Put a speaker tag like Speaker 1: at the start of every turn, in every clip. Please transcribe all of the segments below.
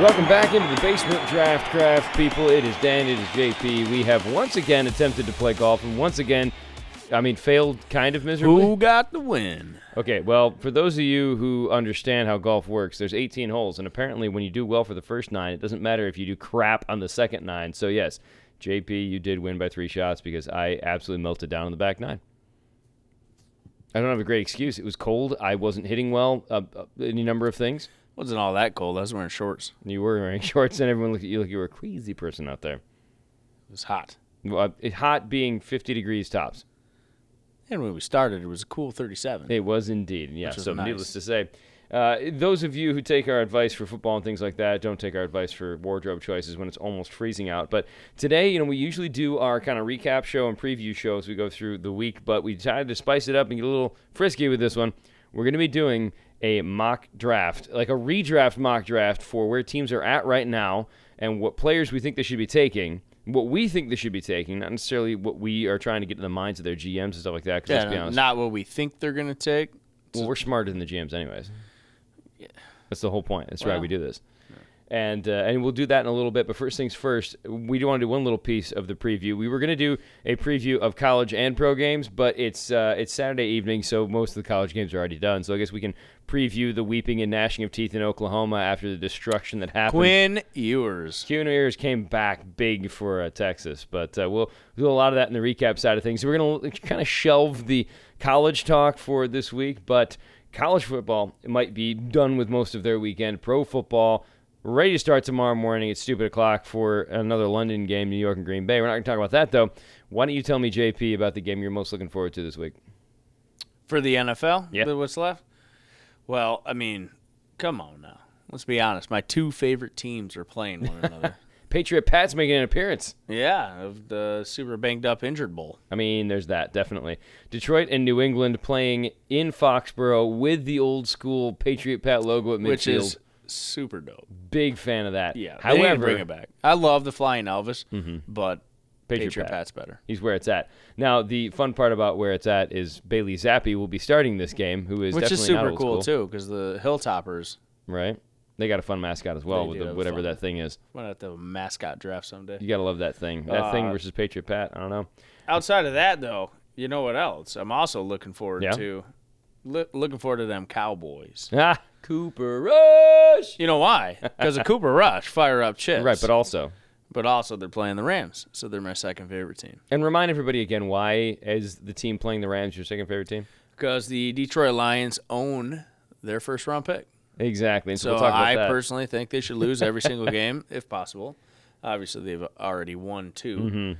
Speaker 1: Welcome back into the basement draft craft, people. It is Dan, it is JP. We have once again attempted to play golf, and once again, I mean, failed kind of miserably.
Speaker 2: Who got the win?
Speaker 1: Okay, well, for those of you who understand how golf works, there's 18 holes, and apparently, when you do well for the first nine, it doesn't matter if you do crap on the second nine. So, yes, JP, you did win by three shots because I absolutely melted down on the back nine. I don't have a great excuse. It was cold. I wasn't hitting well. Uh, uh, any number of things.
Speaker 2: Wasn't all that cold. I was wearing shorts.
Speaker 1: You were wearing shorts, and everyone looked at you like you were a crazy person out there.
Speaker 2: It was hot.
Speaker 1: Well, uh, it- hot being 50 degrees tops.
Speaker 2: And when we started, it was a cool 37.
Speaker 1: It was indeed. Yeah.
Speaker 2: was
Speaker 1: So,
Speaker 2: nice.
Speaker 1: needless to say, uh, those of you who take our advice for football and things like that, don't take our advice for wardrobe choices when it's almost freezing out. But today, you know, we usually do our kind of recap show and preview show as we go through the week, but we decided to spice it up and get a little frisky with this one. We're going to be doing a mock draft, like a redraft mock draft for where teams are at right now and what players we think they should be taking. What we think they should be taking, not necessarily what we are trying to get in the minds of their GMs and stuff like that. 'cause
Speaker 2: Yeah,
Speaker 1: let's be honest,
Speaker 2: not what we think they're going to take.
Speaker 1: well, we're smarter than the GMs, anyways. That's the whole point. That's why we do this. And uh, and we'll do that in a little bit. But first things first, we do want to do one little piece of the preview. We were going to do a preview of college and pro games, but it's uh, it's Saturday evening, so most of the college games are already done. So I guess we can preview the weeping and gnashing of teeth in Oklahoma after the destruction that happened.
Speaker 2: Quinn Ewers.
Speaker 1: Cuners came back big for uh, Texas, but uh, we'll do a lot of that in the recap side of things. So we're going to kind of shelve the college talk for this week, but college football might be done with most of their weekend. Pro football ready to start tomorrow morning at stupid o'clock for another London game, New York and Green Bay. We're not going to talk about that though. Why don't you tell me, JP, about the game you're most looking forward to this week?
Speaker 2: For the NFL?
Speaker 1: Yeah.
Speaker 2: the- What's left? Well, I mean, come on now. Let's be honest. My two favorite teams are playing one another.
Speaker 1: Patriot Pat's making an appearance.
Speaker 2: yeah, of the super banged up injured bowl.
Speaker 1: I mean, there's that, definitely. Detroit and New England playing in Foxborough with the old school Patriot Pat logo at midfield.
Speaker 2: which is super dope.
Speaker 1: Big fan of that.
Speaker 2: Yeah. they need to
Speaker 1: However, Mm-hmm.
Speaker 2: bring it back. I love the flying Elvis, but
Speaker 1: Patriot
Speaker 2: Patriot,
Speaker 1: Pat.
Speaker 2: Pat's better.
Speaker 1: he's where it's at. Now, the fun part about where it's at is Bailey Zappi will be starting this game, who is
Speaker 2: Which
Speaker 1: definitely
Speaker 2: is
Speaker 1: not
Speaker 2: super
Speaker 1: old school,
Speaker 2: cool, too, because the Hilltoppers
Speaker 1: Right? They got a fun mascot as well
Speaker 2: They
Speaker 1: with
Speaker 2: do
Speaker 1: the,
Speaker 2: have a
Speaker 1: whatever
Speaker 2: fun-
Speaker 1: that thing is.
Speaker 2: might have to have a mascot draft someday.
Speaker 1: You gotta love that thing. That thing
Speaker 2: Uh,
Speaker 1: versus Patriot Pat. I don't know.
Speaker 2: Outside of that, though, you know what else? I'm also looking forward
Speaker 1: Yeah?
Speaker 2: to loo- looking forward to them Cowboys.
Speaker 1: Ah, Cooper Rush.
Speaker 2: You know why? Because of Cooper Rush, fire up chips.
Speaker 1: Right, but also
Speaker 2: but also they're playing the Rams, so they're my second favorite team.
Speaker 1: and remind everybody again why is the team playing the Rams your second favorite team?
Speaker 2: Because the Detroit Lions own their first round pick.
Speaker 1: Exactly. And so,
Speaker 2: So
Speaker 1: we'll talk about
Speaker 2: I
Speaker 1: that.
Speaker 2: personally think they should lose every single game if possible. Obviously, they've already won 2
Speaker 1: Mm-hmm.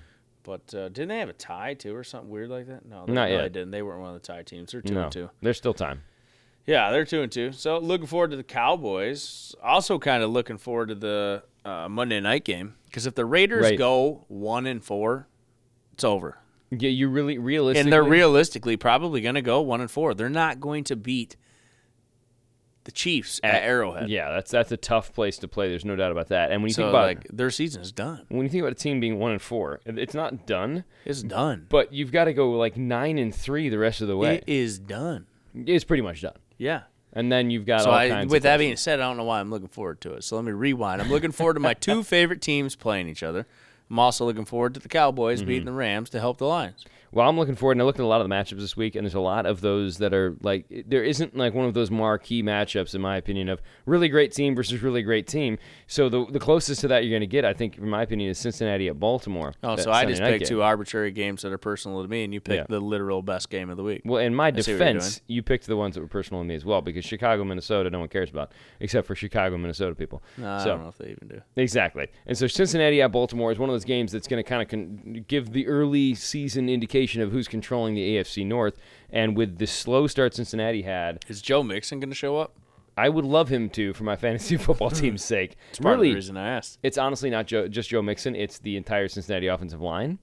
Speaker 2: But uh, didn't they have a tie too, or something weird like that? No, they,
Speaker 1: Not
Speaker 2: no, they
Speaker 1: yet.
Speaker 2: didn't. They weren't one of the tie teams. They're two
Speaker 1: no,
Speaker 2: and two.
Speaker 1: there's still time.
Speaker 2: Yeah, they're two and two. So looking forward to the Cowboys. Also, kind of looking forward to the uh, Monday night game because if the Raiders
Speaker 1: Right.
Speaker 2: go one and four, it's over.
Speaker 1: Yeah, you really realistically.
Speaker 2: And they're realistically probably going to go one and four. They're not going to beat the Chiefs at, Arrowhead.
Speaker 1: Uh, Yeah, that's that's a tough place to play. There's no doubt about that. And when you
Speaker 2: so
Speaker 1: think about
Speaker 2: like their season is done.
Speaker 1: when you think about a team being one and four, it's not done.
Speaker 2: It's done.
Speaker 1: But you've got to go like nine and three the rest of the way.
Speaker 2: It is done.
Speaker 1: it's pretty much done.
Speaker 2: Yeah.
Speaker 1: And then you've got
Speaker 2: So
Speaker 1: all
Speaker 2: I,
Speaker 1: kinds.
Speaker 2: with
Speaker 1: of
Speaker 2: that being said, I don't know why I'm looking forward to it. So let me rewind. I'm looking forward to my two favorite teams playing each other. I'm also looking forward to the Cowboys
Speaker 1: Mm-hmm.
Speaker 2: beating the Rams to help the Lions.
Speaker 1: Well, I'm looking forward, and I looked at a lot of the matchups this week, and there's a lot of those that are like it- there isn't like one of those marquee matchups, in my opinion, of really great team versus really great team. So the the closest to that you're going to get, I think, in my opinion, is Cincinnati at Baltimore.
Speaker 2: Oh,
Speaker 1: that
Speaker 2: so I
Speaker 1: Sunday
Speaker 2: just
Speaker 1: night
Speaker 2: picked
Speaker 1: game.
Speaker 2: two arbitrary games that are personal to me, and you picked
Speaker 1: Yeah.
Speaker 2: the literal best game of the week.
Speaker 1: Well, in my
Speaker 2: see what you're
Speaker 1: defense, you picked the ones that were personal to me as well, because Chicago, Minnesota, no one cares about, except for Chicago, Minnesota people.
Speaker 2: No, I
Speaker 1: so
Speaker 2: don't know if they even do.
Speaker 1: Exactly. And so Cincinnati at Baltimore is one of those games that's going to kind of con- give the early season indication of who's controlling the AFC North. And with the slow start Cincinnati had,
Speaker 2: Is Joe Mixon going to show up?
Speaker 1: I would love him to for my fantasy football team's sake.
Speaker 2: Hmm. Part of the
Speaker 1: really,
Speaker 2: reason I asked.
Speaker 1: it's honestly not Joe, just Joe Mixon, it's the entire Cincinnati offensive line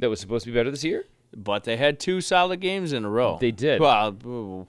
Speaker 1: that was supposed to be better this year.
Speaker 2: But they had two solid games in a row.
Speaker 1: They did.
Speaker 2: Well, ooh,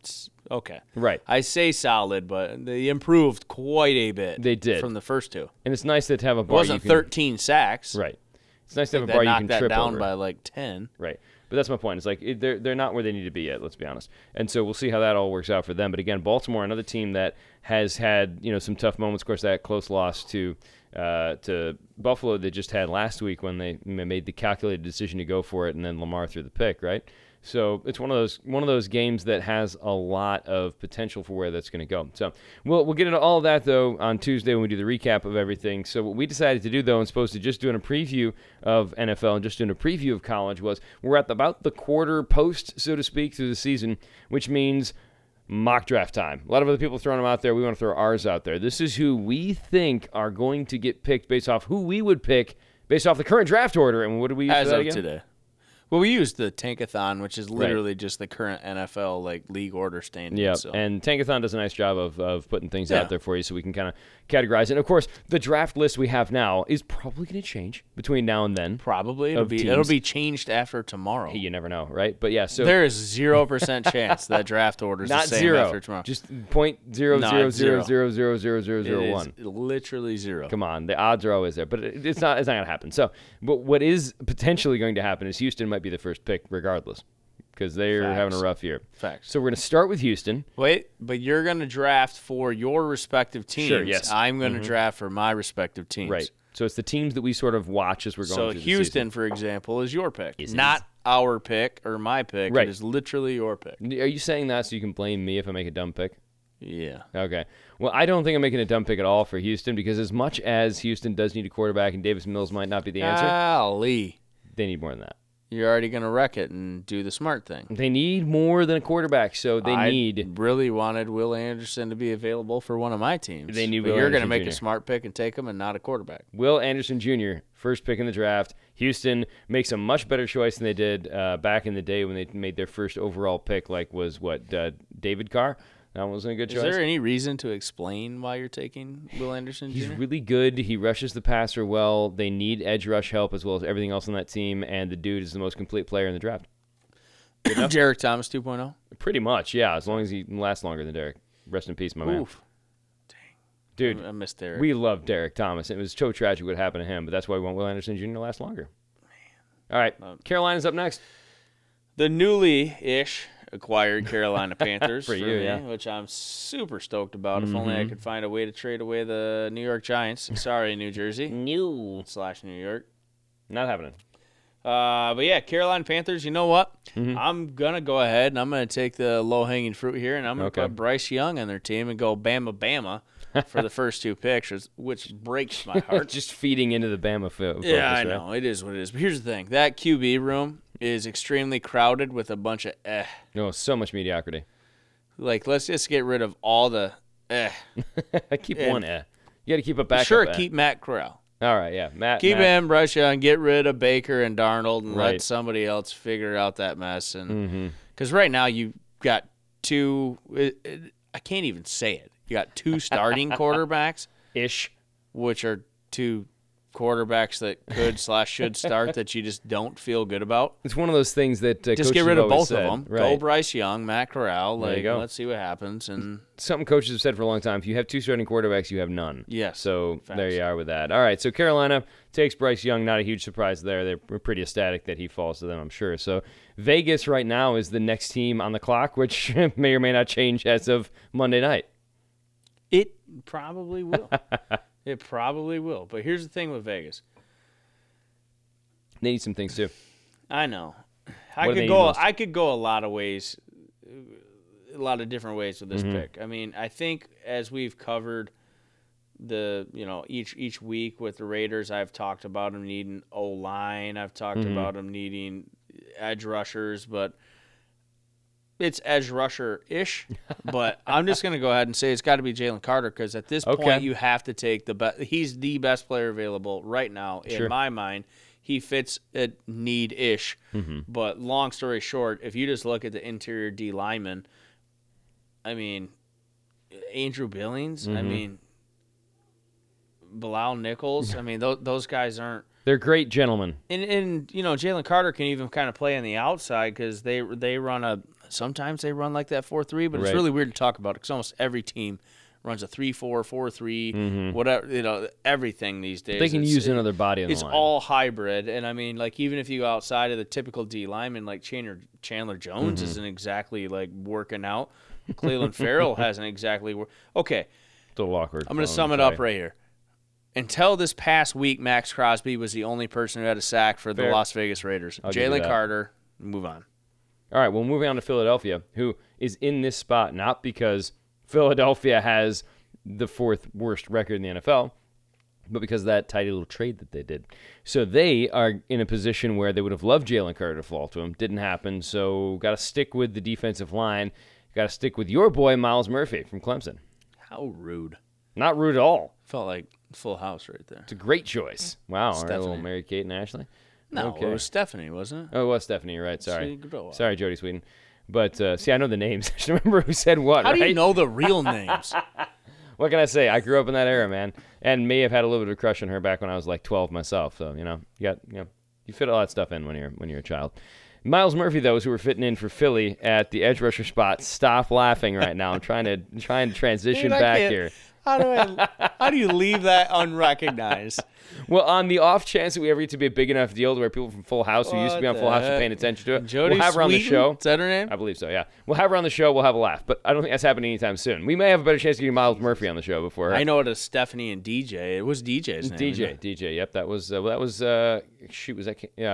Speaker 2: it's- okay.
Speaker 1: Right.
Speaker 2: I say solid, but they improved quite a bit.
Speaker 1: They did.
Speaker 2: from the first two.
Speaker 1: And it's nice that to have a
Speaker 2: It
Speaker 1: bar.
Speaker 2: wasn't
Speaker 1: you can,
Speaker 2: 13 sacks.
Speaker 1: Right. It's nice to have a
Speaker 2: That
Speaker 1: bar you
Speaker 2: knocked
Speaker 1: can
Speaker 2: that
Speaker 1: trip
Speaker 2: down
Speaker 1: over.
Speaker 2: by like 10.
Speaker 1: Right. But But that's my point. It's like it, they're they're not where they need to be yet. Let's be honest. And so we'll see how that all works out for them. But again, Baltimore, another team that has had you know some tough moments. Of course, that close loss to uh, to Buffalo they just had last week when they m- made the calculated decision to go for it, and then Lamar threw the pick. Right. So it's one of those one of those games that has a lot of potential for where that's going to go. So we'll we'll get into all of that though on Tuesday when we do the recap of everything. So what we decided to do though, as opposed to just doing a preview of NFL and just doing a preview of college, was we're at about the quarter post, so to speak, through the season, which means mock draft time. A lot of other people throwing them out there. We want to throw ours out there. This is who we think are going to get picked based off who we would pick based off the current draft order. And what do we use for
Speaker 2: as
Speaker 1: that
Speaker 2: of
Speaker 1: again?
Speaker 2: today. Well, we used the tankathon, which is literally just the current NFL like league order standings.
Speaker 1: Yeah,
Speaker 2: so.
Speaker 1: and Tankathon does a nice job of, of putting things
Speaker 2: Yeah.
Speaker 1: out there for you so we can kind of categorize. it. And of course, the draft list we have now is probably going to change between now and then.
Speaker 2: probably it'll
Speaker 1: of
Speaker 2: be it'll
Speaker 1: teams.
Speaker 2: be changed after tomorrow.
Speaker 1: You never know, right? But yeah, so
Speaker 2: there is zero percent chance that draft order is
Speaker 1: not
Speaker 2: the same
Speaker 1: zero,
Speaker 2: after tomorrow.
Speaker 1: just point zero
Speaker 2: Not
Speaker 1: zero zero
Speaker 2: zero.
Speaker 1: zero zero zero zero
Speaker 2: It
Speaker 1: zero
Speaker 2: is
Speaker 1: one.
Speaker 2: literally zero.
Speaker 1: Come on, the odds are always there, but it- it's not. It's not going to happen. So, but what is potentially going to happen is Houston might be the first pick, regardless, because they're having a
Speaker 2: Facts.
Speaker 1: rough year.
Speaker 2: Facts.
Speaker 1: So we're going to start with Houston.
Speaker 2: Wait, but you're going to draft for your respective teams.
Speaker 1: Sure, yes. Mm-hmm.
Speaker 2: I'm going to draft for my respective teams.
Speaker 1: Right. So it's the teams that we sort of watch as we're going.
Speaker 2: So
Speaker 1: through the season.
Speaker 2: Houston, for example, is your pick, not our pick or my pick.
Speaker 1: Right.
Speaker 2: It is literally your pick.
Speaker 1: Are you saying that so you can blame me if I make a dumb pick?
Speaker 2: Yeah.
Speaker 1: Okay. Well, I don't think I'm making a dumb pick at all for Houston because as much as Houston does need a quarterback and Davis Mills might not be the answer,
Speaker 2: Uh, Golly,
Speaker 1: they need more than that.
Speaker 2: you're already going to wreck it and do the smart thing.
Speaker 1: They need more than a quarterback, so they
Speaker 2: I
Speaker 1: need
Speaker 2: really wanted Will Anderson to be available for one of my teams.
Speaker 1: They need
Speaker 2: but
Speaker 1: Will
Speaker 2: you're gonna
Speaker 1: Anderson
Speaker 2: make a
Speaker 1: Jr..
Speaker 2: smart pick and take him, and not a quarterback.
Speaker 1: Will Anderson Jr., first pick in the draft. Houston makes a much better choice than they did uh, back in the day when they made their first overall pick, like was what, uh, David Carr? That wasn't a good
Speaker 2: Is
Speaker 1: choice.
Speaker 2: there any reason to explain why you're taking Will Anderson
Speaker 1: He's
Speaker 2: Jr.?
Speaker 1: really good. He rushes the passer well. They need edge rush help as well as everything else on that team, and the dude is the most complete player in the draft.
Speaker 2: Jarek Thomas oh? 2.0.
Speaker 1: Pretty much, yeah. As long as he lasts longer than Derek. Rest in peace, my man.
Speaker 2: Oof,
Speaker 1: Dude,
Speaker 2: I missed Derek.
Speaker 1: we love Derek Thomas. It was so tragic what happened to him, but that's why we want Will Anderson Jr. to last longer. All right,
Speaker 2: Um,
Speaker 1: Carolina's up next.
Speaker 2: the newly ish acquired Carolina Panthers
Speaker 1: For you,
Speaker 2: me,
Speaker 1: yeah. Mm-hmm.
Speaker 2: which I'm super stoked about. If only I could find a way to trade away the New York Giants. Sorry, New
Speaker 1: Mm.
Speaker 2: Jersey
Speaker 1: New.
Speaker 2: slash New York.
Speaker 1: Not happening.
Speaker 2: Uh, but yeah, Carolina Panthers. You know what?
Speaker 1: Mm-hmm.
Speaker 2: I'm gonna go ahead and I'm gonna take the low hanging fruit here, and I'm gonna
Speaker 1: Okay.
Speaker 2: put Bryce Young on their team and go Bama Bama for the first two pictures, which breaks my heart.
Speaker 1: Just feeding into the Bama fo- focus,
Speaker 2: Yeah, I
Speaker 1: right?
Speaker 2: know it is what it is. But here's the thing: that QB room is extremely crowded with a bunch of eh.
Speaker 1: No, Oh, so much mediocrity.
Speaker 2: Like, let's just get rid of all the eh.
Speaker 1: I keep one eh. You got to keep a back. eh.
Speaker 2: sure, keep Matt Corral.
Speaker 1: All right, yeah. Matt.
Speaker 2: Keep
Speaker 1: Matt.
Speaker 2: him, Russia, and get rid of Baker and Darnold, and
Speaker 1: Right. Mm-hmm.
Speaker 2: let somebody else figure out that mess. And because right now you got two, it, it, I can't even say it. You got two starting quarterbacks,
Speaker 1: ish.
Speaker 2: which are two quarterbacks that could slash should start that you just don't feel good about.
Speaker 1: It's one of those things that uh,
Speaker 2: Just
Speaker 1: coaches
Speaker 2: get rid
Speaker 1: have
Speaker 2: of
Speaker 1: always
Speaker 2: both
Speaker 1: said,
Speaker 2: of them. Go
Speaker 1: Right.
Speaker 2: Bryce Young, Matt Corral.
Speaker 1: you
Speaker 2: Like,
Speaker 1: go.
Speaker 2: let's see what happens. And
Speaker 1: Something coaches have said for a long time. If you have two starting quarterbacks, you have none.
Speaker 2: Yes.
Speaker 1: So there
Speaker 2: Facts.
Speaker 1: you are with that. All right. So Carolina takes Bryce Young. Not a huge surprise there. They're we're pretty ecstatic that he falls to them, I'm sure. So Vegas right now is the next team on the clock, which may or may not change as of Monday night.
Speaker 2: It probably will. it probably will. But here's the thing with Vegas.
Speaker 1: They need some things too.
Speaker 2: I know. I
Speaker 1: What do they
Speaker 2: could
Speaker 1: need
Speaker 2: go.
Speaker 1: most?
Speaker 2: I could go a lot of ways, a lot of different ways with this pick. I mean, I think as we've covered the you know each each week with the Raiders, I've talked about them needing O line. I've talked about them needing edge rushers, but it's edge rusher ish. but I'm just gonna go ahead and say it's got to be Jalen Carter because at this
Speaker 1: Okay.
Speaker 2: point you have to take the best. He's the best player available right now
Speaker 1: Sure.
Speaker 2: in my mind. He fits at need ish.
Speaker 1: Mm-hmm.
Speaker 2: But long story short, if you just look at the interior D lineman, I mean, Andrew Billings.
Speaker 1: Mm-hmm.
Speaker 2: I mean, Bilal Nichols. I mean, those those guys aren't.
Speaker 1: They're great gentlemen.
Speaker 2: And and you know, Jalen Carter can even kind of play on the outside because they they run a. Sometimes they run like that four three, but
Speaker 1: Right.
Speaker 2: it's really weird to talk about because almost every team runs a three four four three, whatever you know, everything these days.
Speaker 1: Mm-hmm. They can
Speaker 2: it's-
Speaker 1: use another body on
Speaker 2: it's
Speaker 1: the line.
Speaker 2: all hybrid, and I mean, like even if you go outside of the typical D lineman, like Chandler Chandler Jones
Speaker 1: Mm-hmm.
Speaker 2: isn't exactly like working out. Cleveland Farrell hasn't exactly. Wor- okay,
Speaker 1: It's a little awkward.
Speaker 2: I'm going to
Speaker 1: phone
Speaker 2: sum it
Speaker 1: play.
Speaker 2: up right here. Until this past week, Max Crosby was the only person who had a sack for the
Speaker 1: Fair.
Speaker 2: Las Vegas Raiders.
Speaker 1: give you
Speaker 2: Jalen
Speaker 1: that.
Speaker 2: Carter, move on.
Speaker 1: All right, well, moving on to Philadelphia, who is in this spot not because Philadelphia has the fourth worst record in the NFL, but because of that tidy little trade that they did. So they are in a position where they would have loved Jalen Carter to fall to him. Didn't happen, so got to stick with the defensive line. Got to stick with your boy, Miles Murphy from Clemson.
Speaker 2: How rude.
Speaker 1: Not rude at all.
Speaker 2: Felt like Full House right there.
Speaker 1: It's a great choice. Wow, all right, a little
Speaker 2: Mm-hmm. Stephanie.
Speaker 1: Mary Kate and Ashley.
Speaker 2: No,
Speaker 1: Okay.
Speaker 2: it was Stephanie, wasn't it?
Speaker 1: Oh, it was Stephanie, you're right? Sorry,
Speaker 2: See, grow up.
Speaker 1: sorry, Jody Sweden. But uh, see, I know the names. I just remember who said what.
Speaker 2: How
Speaker 1: right?
Speaker 2: do you know the real names?
Speaker 1: What can I say? I grew up in that era, man, and may have had a little bit of a crush on her back when I was like 12 myself. So you know, you got you know, you fit all that stuff in when you're when you're a child. Miles Murphy, though, is who we're fitting in for Philly at the edge rusher spot. Stop laughing right now. I'm trying to trying to transition
Speaker 2: Dude, I
Speaker 1: back
Speaker 2: can't-
Speaker 1: here.
Speaker 2: How do I? How do you leave that unrecognized?
Speaker 1: Well, on the off chance that we ever get to be a big enough deal to where people from Full House who used to
Speaker 2: What
Speaker 1: be on
Speaker 2: the
Speaker 1: Full House are
Speaker 2: heck?
Speaker 1: paying attention to it,
Speaker 2: Jody
Speaker 1: we'll have her on the
Speaker 2: Sweetin?
Speaker 1: show.
Speaker 2: Is that her name?
Speaker 1: I believe so. Yeah, we'll have her on the show. We'll have a laugh, but I don't think that's happening anytime soon. We may have a better chance of getting Miles Murphy on the show before. her.
Speaker 2: I know it is Stephanie and DJ. It was DJ's name. wasn't
Speaker 1: DJ,
Speaker 2: it?
Speaker 1: DJ. Yep, that was uh, well, that was uh, shoot. Was that Ca-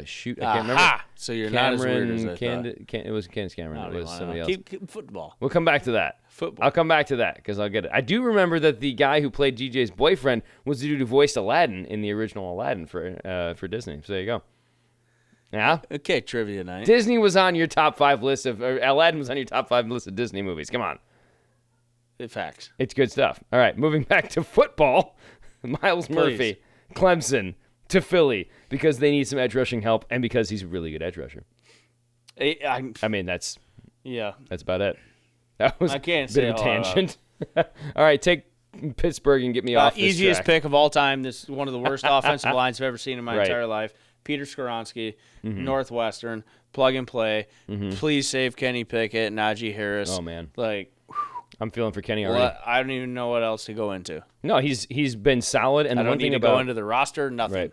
Speaker 1: uh, shoot? I can't
Speaker 2: Aha! So you're
Speaker 1: remember.
Speaker 2: not as weird as
Speaker 1: Cameron,
Speaker 2: I thought.
Speaker 1: Cand- Can- it was Candace Cameron.
Speaker 2: I
Speaker 1: it
Speaker 2: don't even
Speaker 1: was
Speaker 2: wanna
Speaker 1: somebody
Speaker 2: know.
Speaker 1: else.
Speaker 2: Keep, keep football.
Speaker 1: We'll come back to that.
Speaker 2: Football.
Speaker 1: I'll come back to that because I'll get it. I do remember that the guy who played DJ's boyfriend was the dude who voiced Aladdin in the original Aladdin for uh, for Disney. So there you go. Yeah,
Speaker 2: Okay, trivia night.
Speaker 1: Disney was on your top five list of or Aladdin was on your top five list of Disney movies. Come on.
Speaker 2: Facts.
Speaker 1: It's good stuff. All right, moving back to football. Miles Murphy, Clemson to Philly because they need some edge rushing help and because he's a really good edge rusher.
Speaker 2: I, I'm-
Speaker 1: I mean, that's
Speaker 2: yeah.
Speaker 1: that's about it. That was
Speaker 2: I can't
Speaker 1: a
Speaker 2: say
Speaker 1: bit of a
Speaker 2: a lot about
Speaker 1: tangent. All right, take Pittsburgh and get me
Speaker 2: Uh,
Speaker 1: off this
Speaker 2: easiest
Speaker 1: track.
Speaker 2: pick of all time. This is one of the worst offensive lines I've ever seen in my
Speaker 1: Right. Mm-hmm.
Speaker 2: entire life. Peter Skoronsky, Northwestern, plug and play. Please save Kenny Pickett, Najee Harris.
Speaker 1: Oh, man.
Speaker 2: like
Speaker 1: I'm feeling for Kenny already.
Speaker 2: what? I don't even know what else to go into.
Speaker 1: No, he's he's been solid. And
Speaker 2: I
Speaker 1: the
Speaker 2: don't
Speaker 1: one
Speaker 2: need
Speaker 1: thing
Speaker 2: to
Speaker 1: about
Speaker 2: go into the roster. Nothing.
Speaker 1: Right.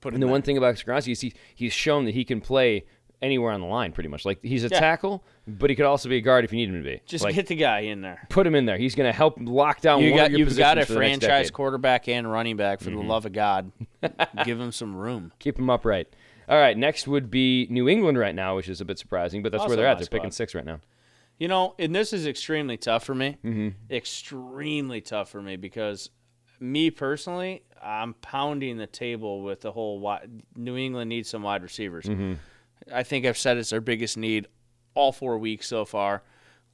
Speaker 2: Put
Speaker 1: And the one thing about Skoronsky is he, he's shown that he can play anywhere on the line pretty much. Like he's a
Speaker 2: Yeah.
Speaker 1: tackle, but he could also be a guard if you need him to be.
Speaker 2: Just
Speaker 1: like,
Speaker 2: get the guy in there.
Speaker 1: put him in there. He's going to help lock down
Speaker 2: You
Speaker 1: one
Speaker 2: got
Speaker 1: of your
Speaker 2: you've got
Speaker 1: positions
Speaker 2: a
Speaker 1: for the next
Speaker 2: franchise
Speaker 1: decade. Mm-hmm.
Speaker 2: quarterback and running back. For the love of God, give him some room.
Speaker 1: Keep them upright. All right, next would be New England right now, which is a bit surprising, but that's where
Speaker 2: Also
Speaker 1: they're at.
Speaker 2: my
Speaker 1: They're picking
Speaker 2: spot.
Speaker 1: six right now.
Speaker 2: You know, and this is extremely tough for me. Extremely tough for me because me personally, I'm pounding the table with the whole wide, New England needs some wide receivers. I think I've said it's their biggest need all four weeks so far.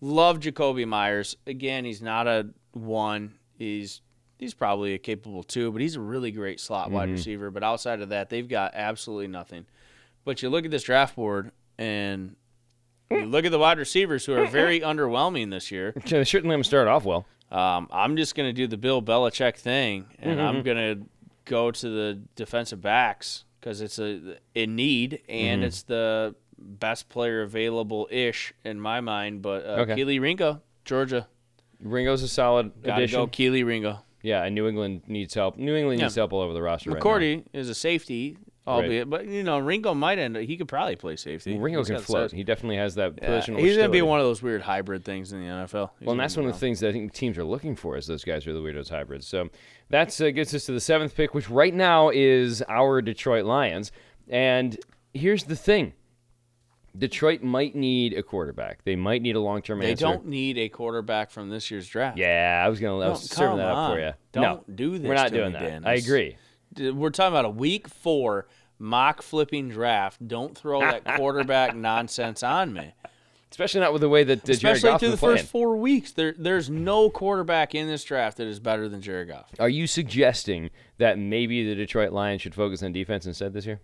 Speaker 2: Love Jacoby Myers. Again, he's not a one. He's he's probably a capable two, but he's a really great slot wide receiver. But outside of that, they've got absolutely nothing. But you look at this draft board and you look at the wide receivers who are very underwhelming this year.
Speaker 1: They certainly haven't started off well.
Speaker 2: Um, I'm just going to do the Bill Belichick thing, and I'm going to go to the defensive backs because it's a in need, and it's the best player available ish in my mind. But uh,
Speaker 1: Okay.
Speaker 2: Keely Ringo, Georgia,
Speaker 1: Ringo's a solid
Speaker 2: gotta
Speaker 1: addition.
Speaker 2: go Keely Ringo.
Speaker 1: Yeah, and New England needs help. New England needs help all over the roster right
Speaker 2: McCourty is a safety, albeit, but you know Ringo might end. up He could probably play safety.
Speaker 1: now. Ringo
Speaker 2: He's
Speaker 1: can
Speaker 2: got the
Speaker 1: float.
Speaker 2: size.
Speaker 1: He definitely has that
Speaker 2: Yeah,
Speaker 1: position.
Speaker 2: he's going to be one of those weird hybrid things in the NFL. He's
Speaker 1: Well, and
Speaker 2: gonna
Speaker 1: that's
Speaker 2: be
Speaker 1: one of the
Speaker 2: around.
Speaker 1: things that I think teams are looking for is those guys are the weirdos hybrids. So that uh, gets us to the seventh pick, which right now is our Detroit Lions. And here's the thing: Detroit might need a quarterback. They might need a long-term
Speaker 2: They
Speaker 1: answer.
Speaker 2: don't need a quarterback from this year's draft.
Speaker 1: Yeah, I was gonna. I
Speaker 2: No,
Speaker 1: was serving
Speaker 2: come
Speaker 1: that up for
Speaker 2: on.
Speaker 1: you. no,
Speaker 2: Don't do this
Speaker 1: We're not
Speaker 2: to
Speaker 1: doing
Speaker 2: me,
Speaker 1: that.
Speaker 2: Dan.
Speaker 1: I
Speaker 2: This-
Speaker 1: agree.
Speaker 2: Dude, We're talking about a week four mock flipping draft. Don't throw that quarterback nonsense on me.
Speaker 1: Especially not with the way that uh, Jared
Speaker 2: Especially
Speaker 1: Goff
Speaker 2: through
Speaker 1: been
Speaker 2: the
Speaker 1: playing.
Speaker 2: first four weeks. There, there's no quarterback in this draft that is better than Jared Goff.
Speaker 1: Are you suggesting that maybe the Detroit Lions should focus on defense instead this year?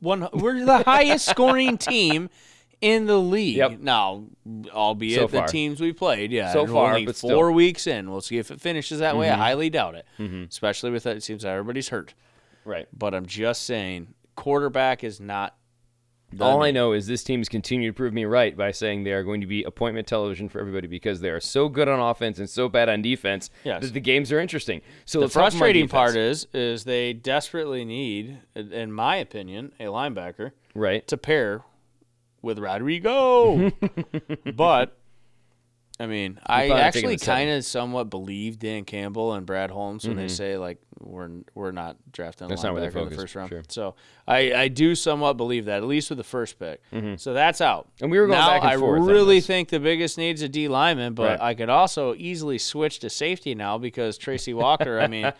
Speaker 2: One, we're the highest scoring team in the league.
Speaker 1: Yep.
Speaker 2: Now, albeit
Speaker 1: So
Speaker 2: the
Speaker 1: far.
Speaker 2: teams we played, yeah.
Speaker 1: So
Speaker 2: and we're
Speaker 1: far,
Speaker 2: only
Speaker 1: but
Speaker 2: four
Speaker 1: still. Mm-hmm.
Speaker 2: weeks in. We'll see if it finishes that way. I highly doubt it. Especially with that, it seems like everybody's hurt.
Speaker 1: Right.
Speaker 2: But I'm just saying, quarterback is not
Speaker 1: All I know is this team has continued to prove me right by saying they are going to be appointment television for everybody because they are so good on offense and so bad on defense
Speaker 2: Yes.
Speaker 1: that the games are interesting. So
Speaker 2: The
Speaker 1: let's talk about
Speaker 2: frustrating part
Speaker 1: defense.
Speaker 2: is, is they desperately need, in- in my opinion, a linebacker
Speaker 1: right.
Speaker 2: to pair with Rodrigo. but I mean,
Speaker 1: probably
Speaker 2: I
Speaker 1: taking
Speaker 2: actually
Speaker 1: the seven.
Speaker 2: kind of somewhat believe Dan Campbell and Brad Holmes when they say like we're we're not drafting a
Speaker 1: Mm-hmm. That's
Speaker 2: linebacker
Speaker 1: not where they
Speaker 2: in
Speaker 1: focus,
Speaker 2: the first round.
Speaker 1: sure.
Speaker 2: So I I do somewhat believe that at least with the first pick. So that's out.
Speaker 1: Mm-hmm. And we were going
Speaker 2: now,
Speaker 1: back and
Speaker 2: I
Speaker 1: forth on
Speaker 2: really
Speaker 1: this.
Speaker 2: think the biggest needs a D lineman,
Speaker 1: Right.
Speaker 2: but I could also easily switch to safety now because Tracy Walker. I mean.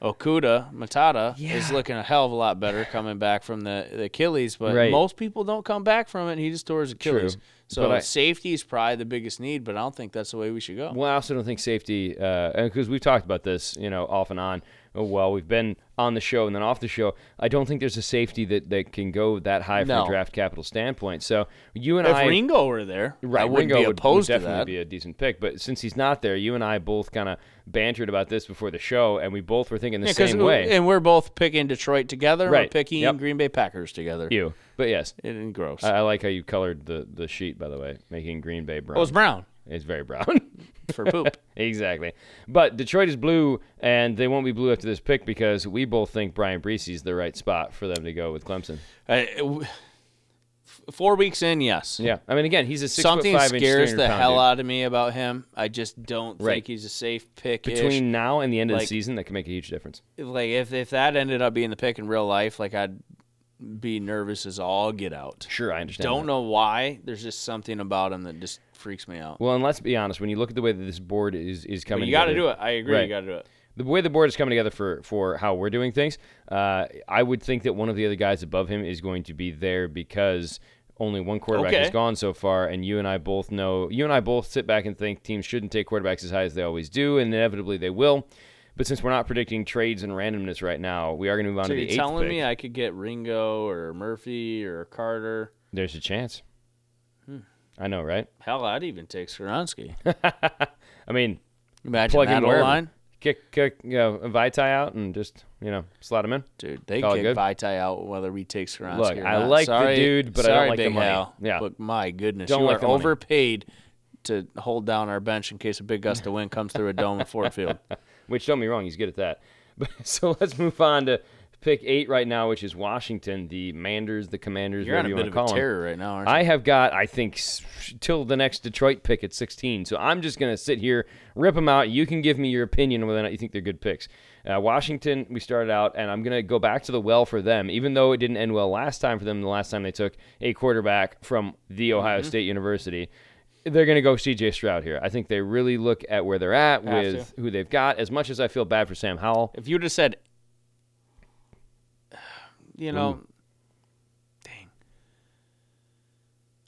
Speaker 2: Okuda Matata is looking a hell of a lot better coming back from the, the Achilles, but
Speaker 1: Right.
Speaker 2: most people don't come back from it. And he just tore his Achilles. So
Speaker 1: But I-
Speaker 2: safety is probably the biggest need, but I don't think that's the way we should go.
Speaker 1: Well, I also don't think safety, because we've talked about this, you know, off and on. Oh, well, we've been on the show and then off the show. I don't think there's a safety that, that can go that high from
Speaker 2: No.
Speaker 1: a draft capital standpoint. So you and
Speaker 2: If
Speaker 1: I,
Speaker 2: Ringo were there,
Speaker 1: right,
Speaker 2: I wouldn't
Speaker 1: Ringo
Speaker 2: be
Speaker 1: would-
Speaker 2: opposed
Speaker 1: would
Speaker 2: to
Speaker 1: definitely
Speaker 2: that.
Speaker 1: be a decent pick. But since he's not there, you and I both kind of bantered about this before the show, and we both were thinking the
Speaker 2: Yeah, 'cause
Speaker 1: same
Speaker 2: we-
Speaker 1: way.
Speaker 2: And we're both picking Detroit together. We're
Speaker 1: Right.
Speaker 2: picking
Speaker 1: Yep. Uh,
Speaker 2: Green Bay Packers together.
Speaker 1: you, but yes,
Speaker 2: It and gross.
Speaker 1: I, I like how you colored the the sheet. By the way, making Green Bay brown.
Speaker 2: it was brown
Speaker 1: it's very brown.
Speaker 2: for poop.
Speaker 1: Exactly. But Detroit is blue, and they won't be blue after this pick because we both think Brian Breesy's the right spot for them to go with Clemson.
Speaker 2: I- w- f- four weeks in, yes.
Speaker 1: Yeah. I mean, again, he's a six
Speaker 2: Something
Speaker 1: foot five inch,
Speaker 2: scares
Speaker 1: 300
Speaker 2: the
Speaker 1: pound
Speaker 2: hell
Speaker 1: dude.
Speaker 2: out of me about him. I just don't
Speaker 1: Right.
Speaker 2: think he's a safe pick.
Speaker 1: Between now and the end of the
Speaker 2: Like-
Speaker 1: season, that could make a huge difference.
Speaker 2: like if if that ended up being the pick in real life, like I'd be nervous as all get out.
Speaker 1: Sure, I understand.
Speaker 2: Don't
Speaker 1: that.
Speaker 2: know why. There's just something about him that just freaks me out.
Speaker 1: Well, and let's be honest. When you look at the way that this board is is coming,
Speaker 2: But you got to
Speaker 1: together-
Speaker 2: do it. I agree.
Speaker 1: Right.
Speaker 2: You got to do it.
Speaker 1: the way the board is coming together for for how we're doing things, uh, I would think that one of the other guys above him is going to be there because only one quarterback
Speaker 2: Okay.
Speaker 1: has gone so far, and you and I both know. You and I both sit back and think teams shouldn't take quarterbacks as high as they always do, and inevitably they will. But since we're not predicting trades and randomness right now, we are going to move on
Speaker 2: So
Speaker 1: to the
Speaker 2: you're
Speaker 1: eighth
Speaker 2: telling
Speaker 1: pick.
Speaker 2: me I could get Ringo or Murphy or Carter?
Speaker 1: There's a chance.
Speaker 2: Hmm.
Speaker 1: I know, right?
Speaker 2: Hell, I'd even take Skoronsky.
Speaker 1: I mean,
Speaker 2: Imagine
Speaker 1: plug
Speaker 2: that
Speaker 1: him
Speaker 2: O
Speaker 1: wherever.
Speaker 2: line,
Speaker 1: Kick, kick, you know, Vitae out and just you know slot him in.
Speaker 2: dude. They
Speaker 1: Call it
Speaker 2: kick
Speaker 1: good.
Speaker 2: Vitae out whether we take Skoronsky.
Speaker 1: Look,
Speaker 2: or
Speaker 1: I
Speaker 2: not.
Speaker 1: like the
Speaker 2: Sorry-
Speaker 1: dude, but I don't
Speaker 2: sorry,
Speaker 1: like the
Speaker 2: Big
Speaker 1: money.
Speaker 2: Hal,
Speaker 1: Yeah.
Speaker 2: but my goodness,
Speaker 1: Don't
Speaker 2: you
Speaker 1: like
Speaker 2: are
Speaker 1: the money.
Speaker 2: overpaid to hold down our bench in case a big gust of wind comes through a dome at Ford Field.
Speaker 1: Which don't be wrong, he's good at that. But so let's move on to pick eight right now, which is Washington, the Manders, the Commanders,
Speaker 2: You're on
Speaker 1: whatever
Speaker 2: a
Speaker 1: you want
Speaker 2: bit
Speaker 1: to
Speaker 2: of
Speaker 1: call
Speaker 2: a
Speaker 1: them.
Speaker 2: terror right now, aren't you?
Speaker 1: I have got, I think, s- till the next Detroit pick at 16. So I'm just going to sit here, rip them out. You can give me your opinion whether or not you think they're good picks. Uh, Washington, we started out, and I'm going to go back to the well for them, even though it didn't end well last time for them. The last time they took a quarterback from the Ohio
Speaker 2: Mm-hmm.
Speaker 1: State University, they're going to go C.J. Stroud here. I think they really look at where they're at
Speaker 2: Have to.
Speaker 1: with who they've got. As much as I feel bad for Sam Howell,
Speaker 2: If you'd have said, you know, dang.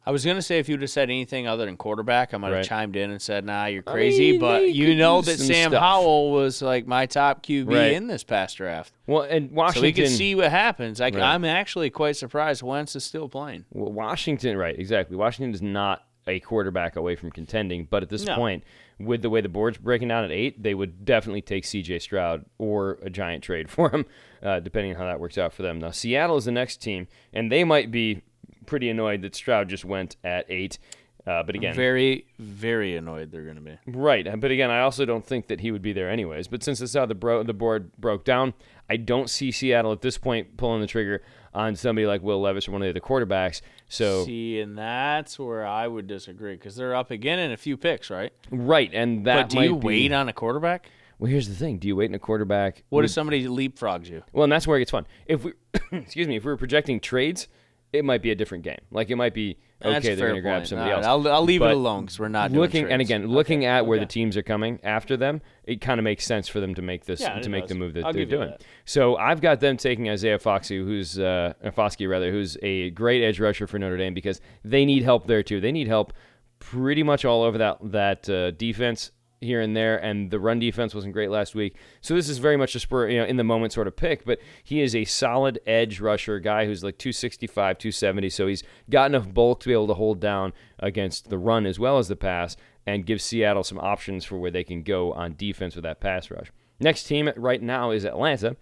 Speaker 2: I was gonna say if you'd have said anything other than quarterback, I might have
Speaker 1: Right.
Speaker 2: chimed in and said, "Nah, you're
Speaker 1: I
Speaker 2: crazy."
Speaker 1: mean,
Speaker 2: but
Speaker 1: they
Speaker 2: you
Speaker 1: could
Speaker 2: know
Speaker 1: use
Speaker 2: that
Speaker 1: some
Speaker 2: Sam
Speaker 1: stuff.
Speaker 2: Howell was like my top QB
Speaker 1: Right.
Speaker 2: in this past draft,
Speaker 1: Well, and
Speaker 2: so
Speaker 1: Washington,
Speaker 2: we can see what happens. I,
Speaker 1: Right.
Speaker 2: I'm actually quite surprised Wentz is still playing.
Speaker 1: Well, Washington, right? Exactly. Washington is not a quarterback away from contending, but at this
Speaker 2: No.
Speaker 1: point, with the way the board's breaking down at eight, they would definitely take C.J. Stroud or a giant trade for him, uh, depending on how that works out for them. Now, Seattle is the next team, and they might be pretty annoyed that Stroud just went at eight. Uh, but again,
Speaker 2: Very, very annoyed they're gonna be.
Speaker 1: Right, uh, but again, I also don't think that he would be there anyways. But since that's how the bro- the board broke down, I don't see Seattle at this point pulling the trigger on somebody like Will Levis or one of the other quarterbacks. So
Speaker 2: See, and that's where I would disagree because they're up again in a few picks, right?
Speaker 1: right, and that
Speaker 2: But do
Speaker 1: might
Speaker 2: you
Speaker 1: be-
Speaker 2: wait on a quarterback?
Speaker 1: Well, here's the thing: do you wait in a quarterback?
Speaker 2: What if somebody leapfrogs you?
Speaker 1: Well, and that's where it gets fun. If we, excuse me, if we were projecting trades, it might be a different game. Like it might be okay,
Speaker 2: That's a
Speaker 1: they're
Speaker 2: fair
Speaker 1: going to grab
Speaker 2: point.
Speaker 1: somebody
Speaker 2: All right,
Speaker 1: else.
Speaker 2: I'll, I'll leave
Speaker 1: But
Speaker 2: it alone because we're not doing
Speaker 1: looking and
Speaker 2: trades.
Speaker 1: again looking at where the teams are coming after them it kind of makes sense for them to make this
Speaker 2: Yeah, it
Speaker 1: to make the
Speaker 2: does.
Speaker 1: move that
Speaker 2: I'll
Speaker 1: they're
Speaker 2: give you
Speaker 1: doing
Speaker 2: that.
Speaker 1: so i've got them taking isaiah foxy who's uh Foskey rather who's a great edge rusher for notre dame because they need help there too they need help pretty much all over that that uh, defense here and there and the run defense wasn't great last week so this is very much a spur you know in the moment sort of pick but he is a solid edge rusher guy who's like 265 270 so he's got enough bulk to be able to hold down against the run as well as the pass and give Seattle some options for where they can go on defense with that pass rush. Next team right now is Atlanta.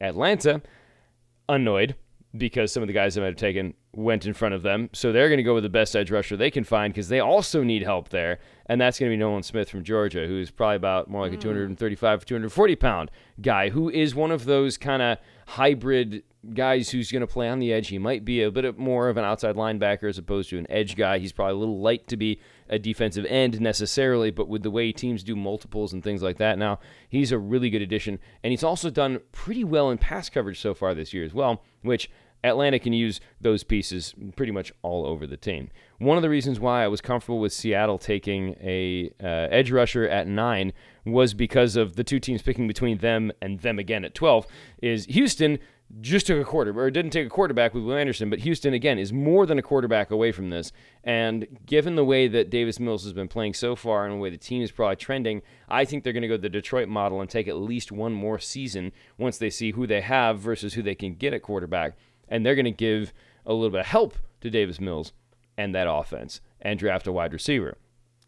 Speaker 1: Atlanta, annoyed because some of the guys that might have taken went in front of them. So they're going to go with the best edge rusher they can find because they also need help there. And that's going to be Nolan Smith from Georgia, who's probably about more like a 235, 240 pound guy who is one of those kind of hybrid guys who's going to play on the edge. He might be a bit more of an outside linebacker as opposed to an edge guy. He's probably a little light to be a defensive end necessarily, but with the way teams do multiples and things like that now, he's a really good addition. And he's also done pretty well in pass coverage so far this year as well, which Atlanta can use those pieces pretty much all over the team. One of the reasons why I was comfortable with Seattle taking a uh, edge rusher at nine was because of the two teams picking between them and them again at twelve. Is Houston just took a quarter or didn't take a quarterback with Will Anderson, but Houston again is more than a quarterback away from this. And given the way that Davis Mills has been playing so far and the way the team is probably trending, I think they're going to go the Detroit model and take at least one more season once they see who they have versus who they can get at quarterback. And they're going to give a little bit of help to Davis Mills and that offense and draft a wide receiver.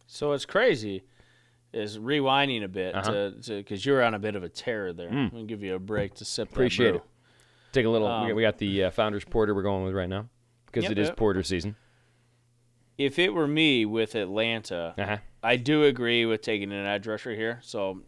Speaker 2: So it's crazy is rewinding a bit
Speaker 1: Uh-huh.
Speaker 2: because you're on a bit of a tear there. I'm gonna give you a break to sip. that
Speaker 1: Mm. Appreciate
Speaker 2: brew.
Speaker 1: it. Take a little. we, got, we got the uh, Founders Porter we're going with right now because
Speaker 2: Yep,
Speaker 1: it is
Speaker 2: yep.
Speaker 1: Porter season.
Speaker 2: If it were me with Atlanta,
Speaker 1: Uh huh.
Speaker 2: I do agree with taking an edge rusher here. So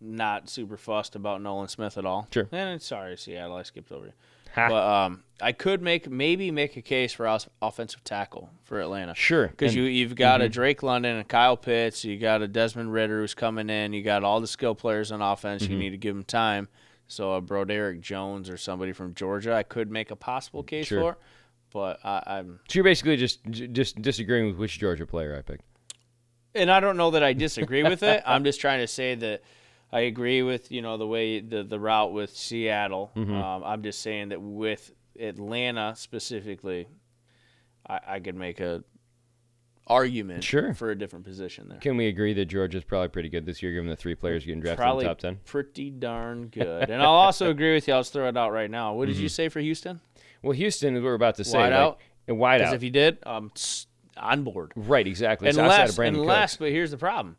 Speaker 2: not super fussed about Nolan Smith at all.
Speaker 1: Sure. Ah.
Speaker 2: And sorry, Seattle, I skipped over you.
Speaker 1: Ha.
Speaker 2: But um, I could make maybe make a case for os- offensive tackle for Atlanta.
Speaker 1: Sure.
Speaker 2: Because
Speaker 1: And- mm-hmm.
Speaker 2: you you've got a Drake London and Kyle Pitts, you got a Desmond Ritter who's coming in, you got all the skill players on offense.
Speaker 1: Mm-hmm.
Speaker 2: You need to give them time. So a Broderick Jones or somebody from Georgia, I could make a possible case
Speaker 1: Sure.
Speaker 2: for, but I, I'm
Speaker 1: So you're basically just j- just disagreeing with which Georgia player I picked.
Speaker 2: and I don't know that I disagree with it. I'm just trying to say that I agree with you know the way the the route with Seattle.
Speaker 1: Mm-hmm.
Speaker 2: Um, I'm just saying that with Atlanta specifically, I, I could make a argument
Speaker 1: Sure.
Speaker 2: for a different position there.
Speaker 1: Can we agree that Georgia's probably pretty good this year, given the three players getting drafted
Speaker 2: Probably
Speaker 1: in the top ten?
Speaker 2: pretty darn good. And I'll also agree with you. I'll just throw it out right now. What did
Speaker 1: Mm-hmm.
Speaker 2: you say for Houston?
Speaker 1: Well, Houston is what we're about to say.
Speaker 2: Wide
Speaker 1: like-
Speaker 2: out?
Speaker 1: and wide
Speaker 2: Because
Speaker 1: out.
Speaker 2: if you did, um, s- on board.
Speaker 1: right, exactly. It's outside of
Speaker 2: Unless,
Speaker 1: Brandon
Speaker 2: unless, but here's the problem.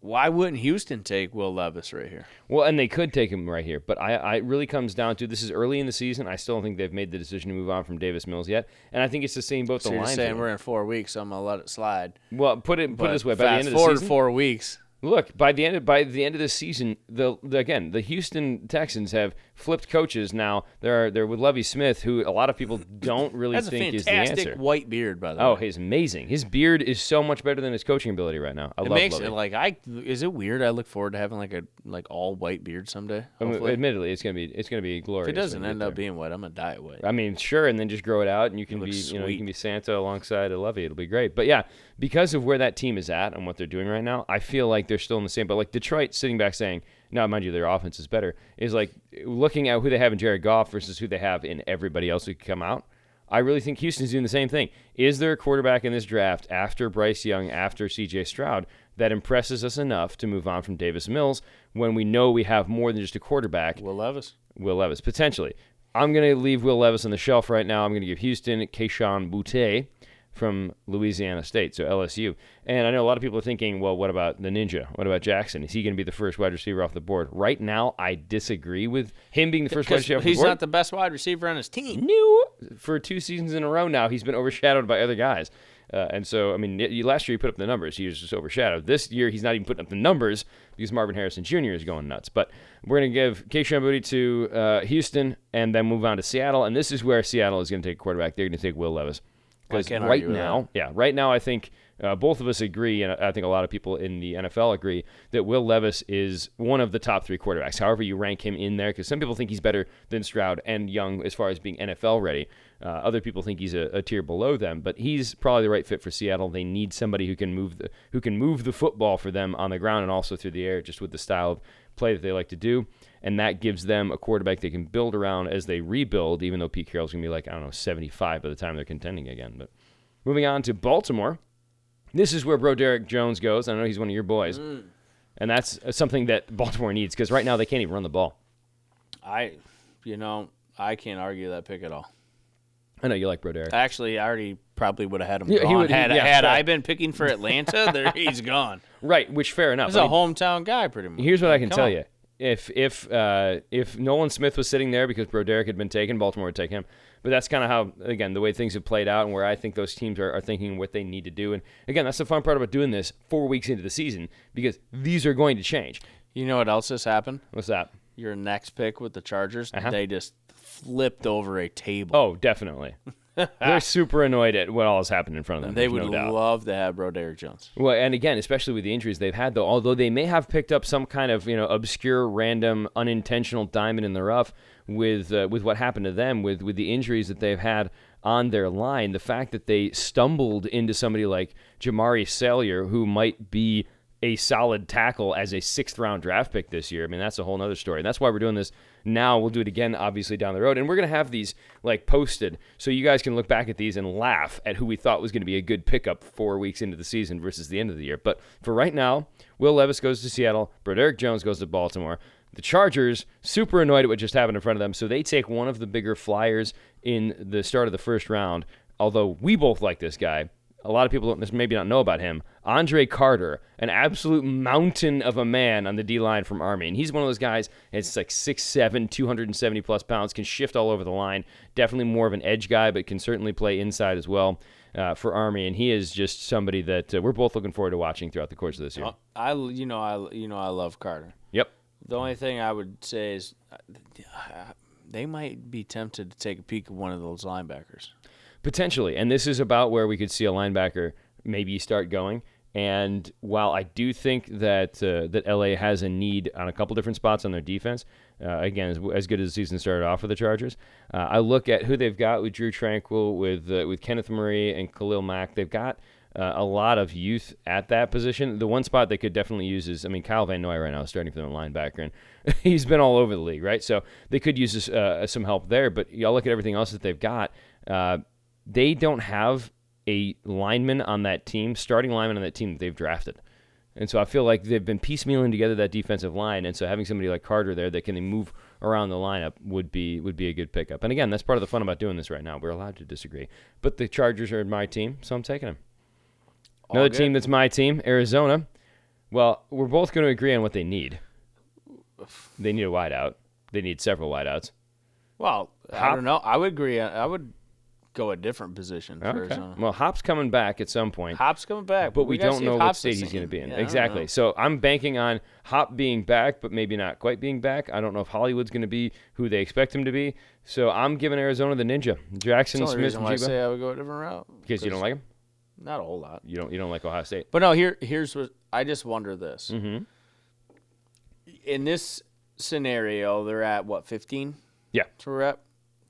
Speaker 2: Why wouldn't Houston take Will Levis right here?
Speaker 1: Cooks. Well, and they could take him right here, but I, I it really comes down to this is early in the season. I still don't think they've made the decision to move on from Davis Mills yet, and I think it's the same both
Speaker 2: So
Speaker 1: the
Speaker 2: you're
Speaker 1: lines.
Speaker 2: saying
Speaker 1: are.
Speaker 2: we're in four weeks, so I'm gonna let it slide.
Speaker 1: well, put it put
Speaker 2: But
Speaker 1: it this way: by the
Speaker 2: fast
Speaker 1: end of the
Speaker 2: forward
Speaker 1: season,
Speaker 2: four weeks.
Speaker 1: Look, by the end of, by the end of this season, the, the again the Houston Texans have flipped coaches. Now they're they're with Lovey Smith, who a lot of people don't really
Speaker 2: That's a
Speaker 1: think is the answer.
Speaker 2: fantastic white beard, by the
Speaker 1: Oh,
Speaker 2: way.
Speaker 1: he's amazing. His beard is so much better than his coaching ability right now. I
Speaker 2: It
Speaker 1: love
Speaker 2: makes
Speaker 1: Lovey.
Speaker 2: it like I. Is it weird? I look forward to having like a like all white beard someday.
Speaker 1: I mean,
Speaker 2: Hopefully,
Speaker 1: admittedly, it's gonna be it's gonna be glorious.
Speaker 2: if it doesn't
Speaker 1: when you
Speaker 2: end
Speaker 1: get
Speaker 2: up being white, I'm gonna dye it white.
Speaker 1: there. I mean, sure, and then just grow it out, and you can
Speaker 2: It
Speaker 1: be
Speaker 2: looks
Speaker 1: you know you
Speaker 2: sweet.
Speaker 1: can be Santa alongside a Lovey. It'll be great. But yeah, because of where that team is at and what they're doing right now, I feel like they're still in the same. But like Detroit sitting back saying, "Now, mind you, their offense is better." Is like looking at who they have in Jared Goff versus who they have in everybody else who could come out. I really think Houston's doing the same thing. Is there a quarterback in this draft after Bryce Young, after CJ Stroud, that impresses us enough to move on from Davis Mills when we know we have more than just a quarterback?
Speaker 2: Will Levis.
Speaker 1: Will Levis potentially. I'm going to leave Will Levis on the shelf right now. I'm going to give Houston Keishawn Butte from Louisiana State, so LSU. And I know a lot of people are thinking, well, what about the ninja? What about Jackson? Is he going to be the first wide receiver off the board? Right now, I disagree with him being the first wide
Speaker 2: 'Cause
Speaker 1: receiver off the
Speaker 2: he's
Speaker 1: board.
Speaker 2: not the best wide receiver on his team.
Speaker 1: New for two seasons in a row now, he's been overshadowed by other guys. Uh, and so, I mean, y- y- last year he put up the numbers. He was just overshadowed. This year he's not even putting up the numbers because Marvin Harrison Jr. is going nuts. But we're going to give Keishawn Booty to uh, Houston and then move on to Seattle. And this is where Seattle is going to take quarterback. They're going to take Will Levis. Because
Speaker 2: can't
Speaker 1: right
Speaker 2: argue with
Speaker 1: now, yeah, right now I think uh, both of us agree, and I think a lot of people in the NFL agree that Will Levis is one of the top three quarterbacks. However, you rank him in there, because some people think he's better than Stroud and Young as far as being NFL ready. Uh, other people think he's a, a tier below them, but he's probably the right fit for Seattle. They need somebody who can move the who can move the football for them on the ground and also through the air, just with the style of play that they like to do. And that gives them a quarterback they can build around as they rebuild, even though Pete Carroll's going to be like, I don't know, 75 by the time they're contending again. But Moving on to Baltimore. This is where Broderick Jones goes. I know he's one of your boys.
Speaker 2: Mm.
Speaker 1: And that's uh, something that Baltimore needs because right now they can't even run the ball.
Speaker 2: I, you know, I can't argue that pick at all.
Speaker 1: I know you like Broderick.
Speaker 2: Actually, I already probably would have had him
Speaker 1: Yeah, he
Speaker 2: gone.
Speaker 1: would- he-
Speaker 2: had
Speaker 1: yeah,
Speaker 2: had
Speaker 1: fair.
Speaker 2: I been picking for Atlanta, there he's gone.
Speaker 1: Right, which fair enough.
Speaker 2: He's
Speaker 1: I
Speaker 2: a
Speaker 1: mean,
Speaker 2: hometown guy, pretty much.
Speaker 1: here's what I can
Speaker 2: Come
Speaker 1: tell
Speaker 2: on.
Speaker 1: you. if if uh, if Nolan Smith was sitting there because Broderick had been taken, Baltimore would take him. But that's kind of how again the way things have played out and where I think those teams are, are thinking what they need to do. And again, that's the fun part about doing this four weeks into the season because these are going to change.
Speaker 2: You know what else has happened?
Speaker 1: What's that?
Speaker 2: Your next pick with the Chargers, they just flipped over a table.
Speaker 1: Uh-huh. Oh, definitely. They're super annoyed at what all has happened in front of them.
Speaker 2: they
Speaker 1: there's
Speaker 2: would
Speaker 1: no doubt.
Speaker 2: love to have Broderick Jones.
Speaker 1: Well, and again, especially with the injuries they've had, though, although they may have picked up some kind of you know obscure, random, unintentional diamond in the rough with uh, with what happened to them, with with the injuries that they've had on their line, the fact that they stumbled into somebody like Jamari Sellier, who might be a solid tackle as a sixth round draft pick this year. I mean, that's a whole nother story. And that's why we're doing this now. We'll do it again, obviously, down the road. And we're going to have these like posted so you guys can look back at these and laugh at who we thought was going to be a good pickup four weeks into the season versus the end of the year. But for right now, Will Levis goes to Seattle, Broderick Jones goes to Baltimore. The Chargers, super annoyed at what just happened in front of them. So they take one of the bigger flyers in the start of the first round. Although we both like this guy, a lot of people don't this maybe not know about him. Andre Carter, an absolute mountain of a man on the D line from Army. And he's one of those guys that's like 6'7, 270 plus pounds, can shift all over the line. Definitely more of an edge guy, but can certainly play inside as well uh, for Army. And he is just somebody that uh, we're both looking forward to watching throughout the course of this year.
Speaker 2: I you know I you know I love Carter.
Speaker 1: Yep.
Speaker 2: The only thing I would say is uh, they might be tempted to take a peek at one of those linebackers.
Speaker 1: Potentially. And this is about where we could see a linebacker maybe start going. And while I do think that uh, that LA has a need on a couple different spots on their defense, uh, again, as, as good as the season started off for the Chargers, uh, I look at who they've got with Drew Tranquil, with uh, with Kenneth Murray and Khalil Mack. They've got uh, a lot of youth at that position. The one spot they could definitely use is, I mean, Kyle Van Noy right now is starting for them at linebacker, and he's been all over the league, right? So they could use this, uh, some help there. But y'all look at everything else that they've got. Uh, they don't have a lineman on that team, starting lineman on that team that they've drafted. And so I feel like they've been piecemealing together that defensive line, and so having somebody like Carter there that can move around the lineup would be would be a good pickup. And again, that's part of the fun about doing this right now. We're allowed to disagree, but the Chargers are my team, so I'm taking them. Another
Speaker 2: good.
Speaker 1: team that's my team, Arizona. Well, we're both going to agree on what they need. They need a wideout. They need several wideouts.
Speaker 2: Well, I
Speaker 1: Hop-
Speaker 2: don't know. I would agree. I would go a different position for
Speaker 1: Okay.
Speaker 2: Arizona.
Speaker 1: Well, Hop's coming back at some point.
Speaker 2: Hop's coming back,
Speaker 1: but we
Speaker 2: gotta
Speaker 1: don't
Speaker 2: see if
Speaker 1: know what
Speaker 2: Hop's the
Speaker 1: state he's
Speaker 2: same.
Speaker 1: going to be in.
Speaker 2: Yeah, I don't
Speaker 1: exactly.
Speaker 2: know.
Speaker 1: So I'm banking on Hop being back, but maybe not quite being back. I don't know if Hollywood's going to be who they expect him to be. So I'm giving Arizona the ninja,
Speaker 2: That's
Speaker 1: Jackson
Speaker 2: the only
Speaker 1: Smith,
Speaker 2: reason
Speaker 1: and
Speaker 2: why I
Speaker 1: Jigba.
Speaker 2: say I would go a different route.
Speaker 1: Because you don't like him,
Speaker 2: not a whole lot.
Speaker 1: you don't you don't like Ohio State.
Speaker 2: But no, here here's what I just wonder this.
Speaker 1: Mhm.
Speaker 2: In this scenario, they're at what 15
Speaker 1: Yeah.
Speaker 2: to rep.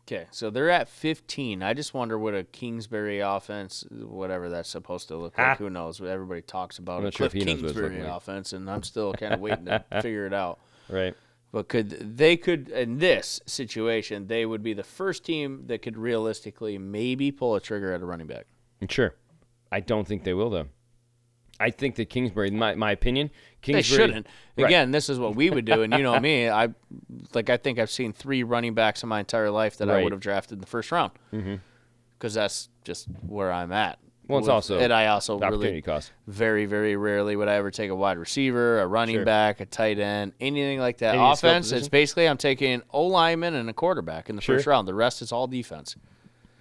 Speaker 2: Okay, so they're at 15. I just wonder what a Kingsbury offense, whatever that's supposed to look
Speaker 1: Ha.
Speaker 2: like. Who knows? Everybody talks about
Speaker 1: Ah. I'm
Speaker 2: a
Speaker 1: not sure if
Speaker 2: Cliff
Speaker 1: he knows what it's
Speaker 2: Kingsbury
Speaker 1: looking like.
Speaker 2: offense, and I'm still kind of waiting to figure it out.
Speaker 1: Right.
Speaker 2: But could they could in this situation they would be the first team that could realistically maybe pull a trigger at a running back?
Speaker 1: Sure. I don't think they will though. I think that Kingsbury, my, my opinion, Kingsbury
Speaker 2: They shouldn't.
Speaker 1: Right.
Speaker 2: Again, this is what we would do, and you know me, I like I think I've seen three running backs in my entire life that I
Speaker 1: Right. Mm-hmm.
Speaker 2: would have drafted in the first round because that's just where I'm at.
Speaker 1: Well, it's
Speaker 2: With-
Speaker 1: also
Speaker 2: and I also
Speaker 1: the opportunity
Speaker 2: really
Speaker 1: cost.
Speaker 2: very very rarely would I ever take a wide receiver, a running
Speaker 1: Sure.
Speaker 2: back, a tight end, anything like that.
Speaker 1: Any skill
Speaker 2: Offense, it's
Speaker 1: position?
Speaker 2: basically I'm taking O lineman and a quarterback in the
Speaker 1: Sure.
Speaker 2: first round. The rest is all defense.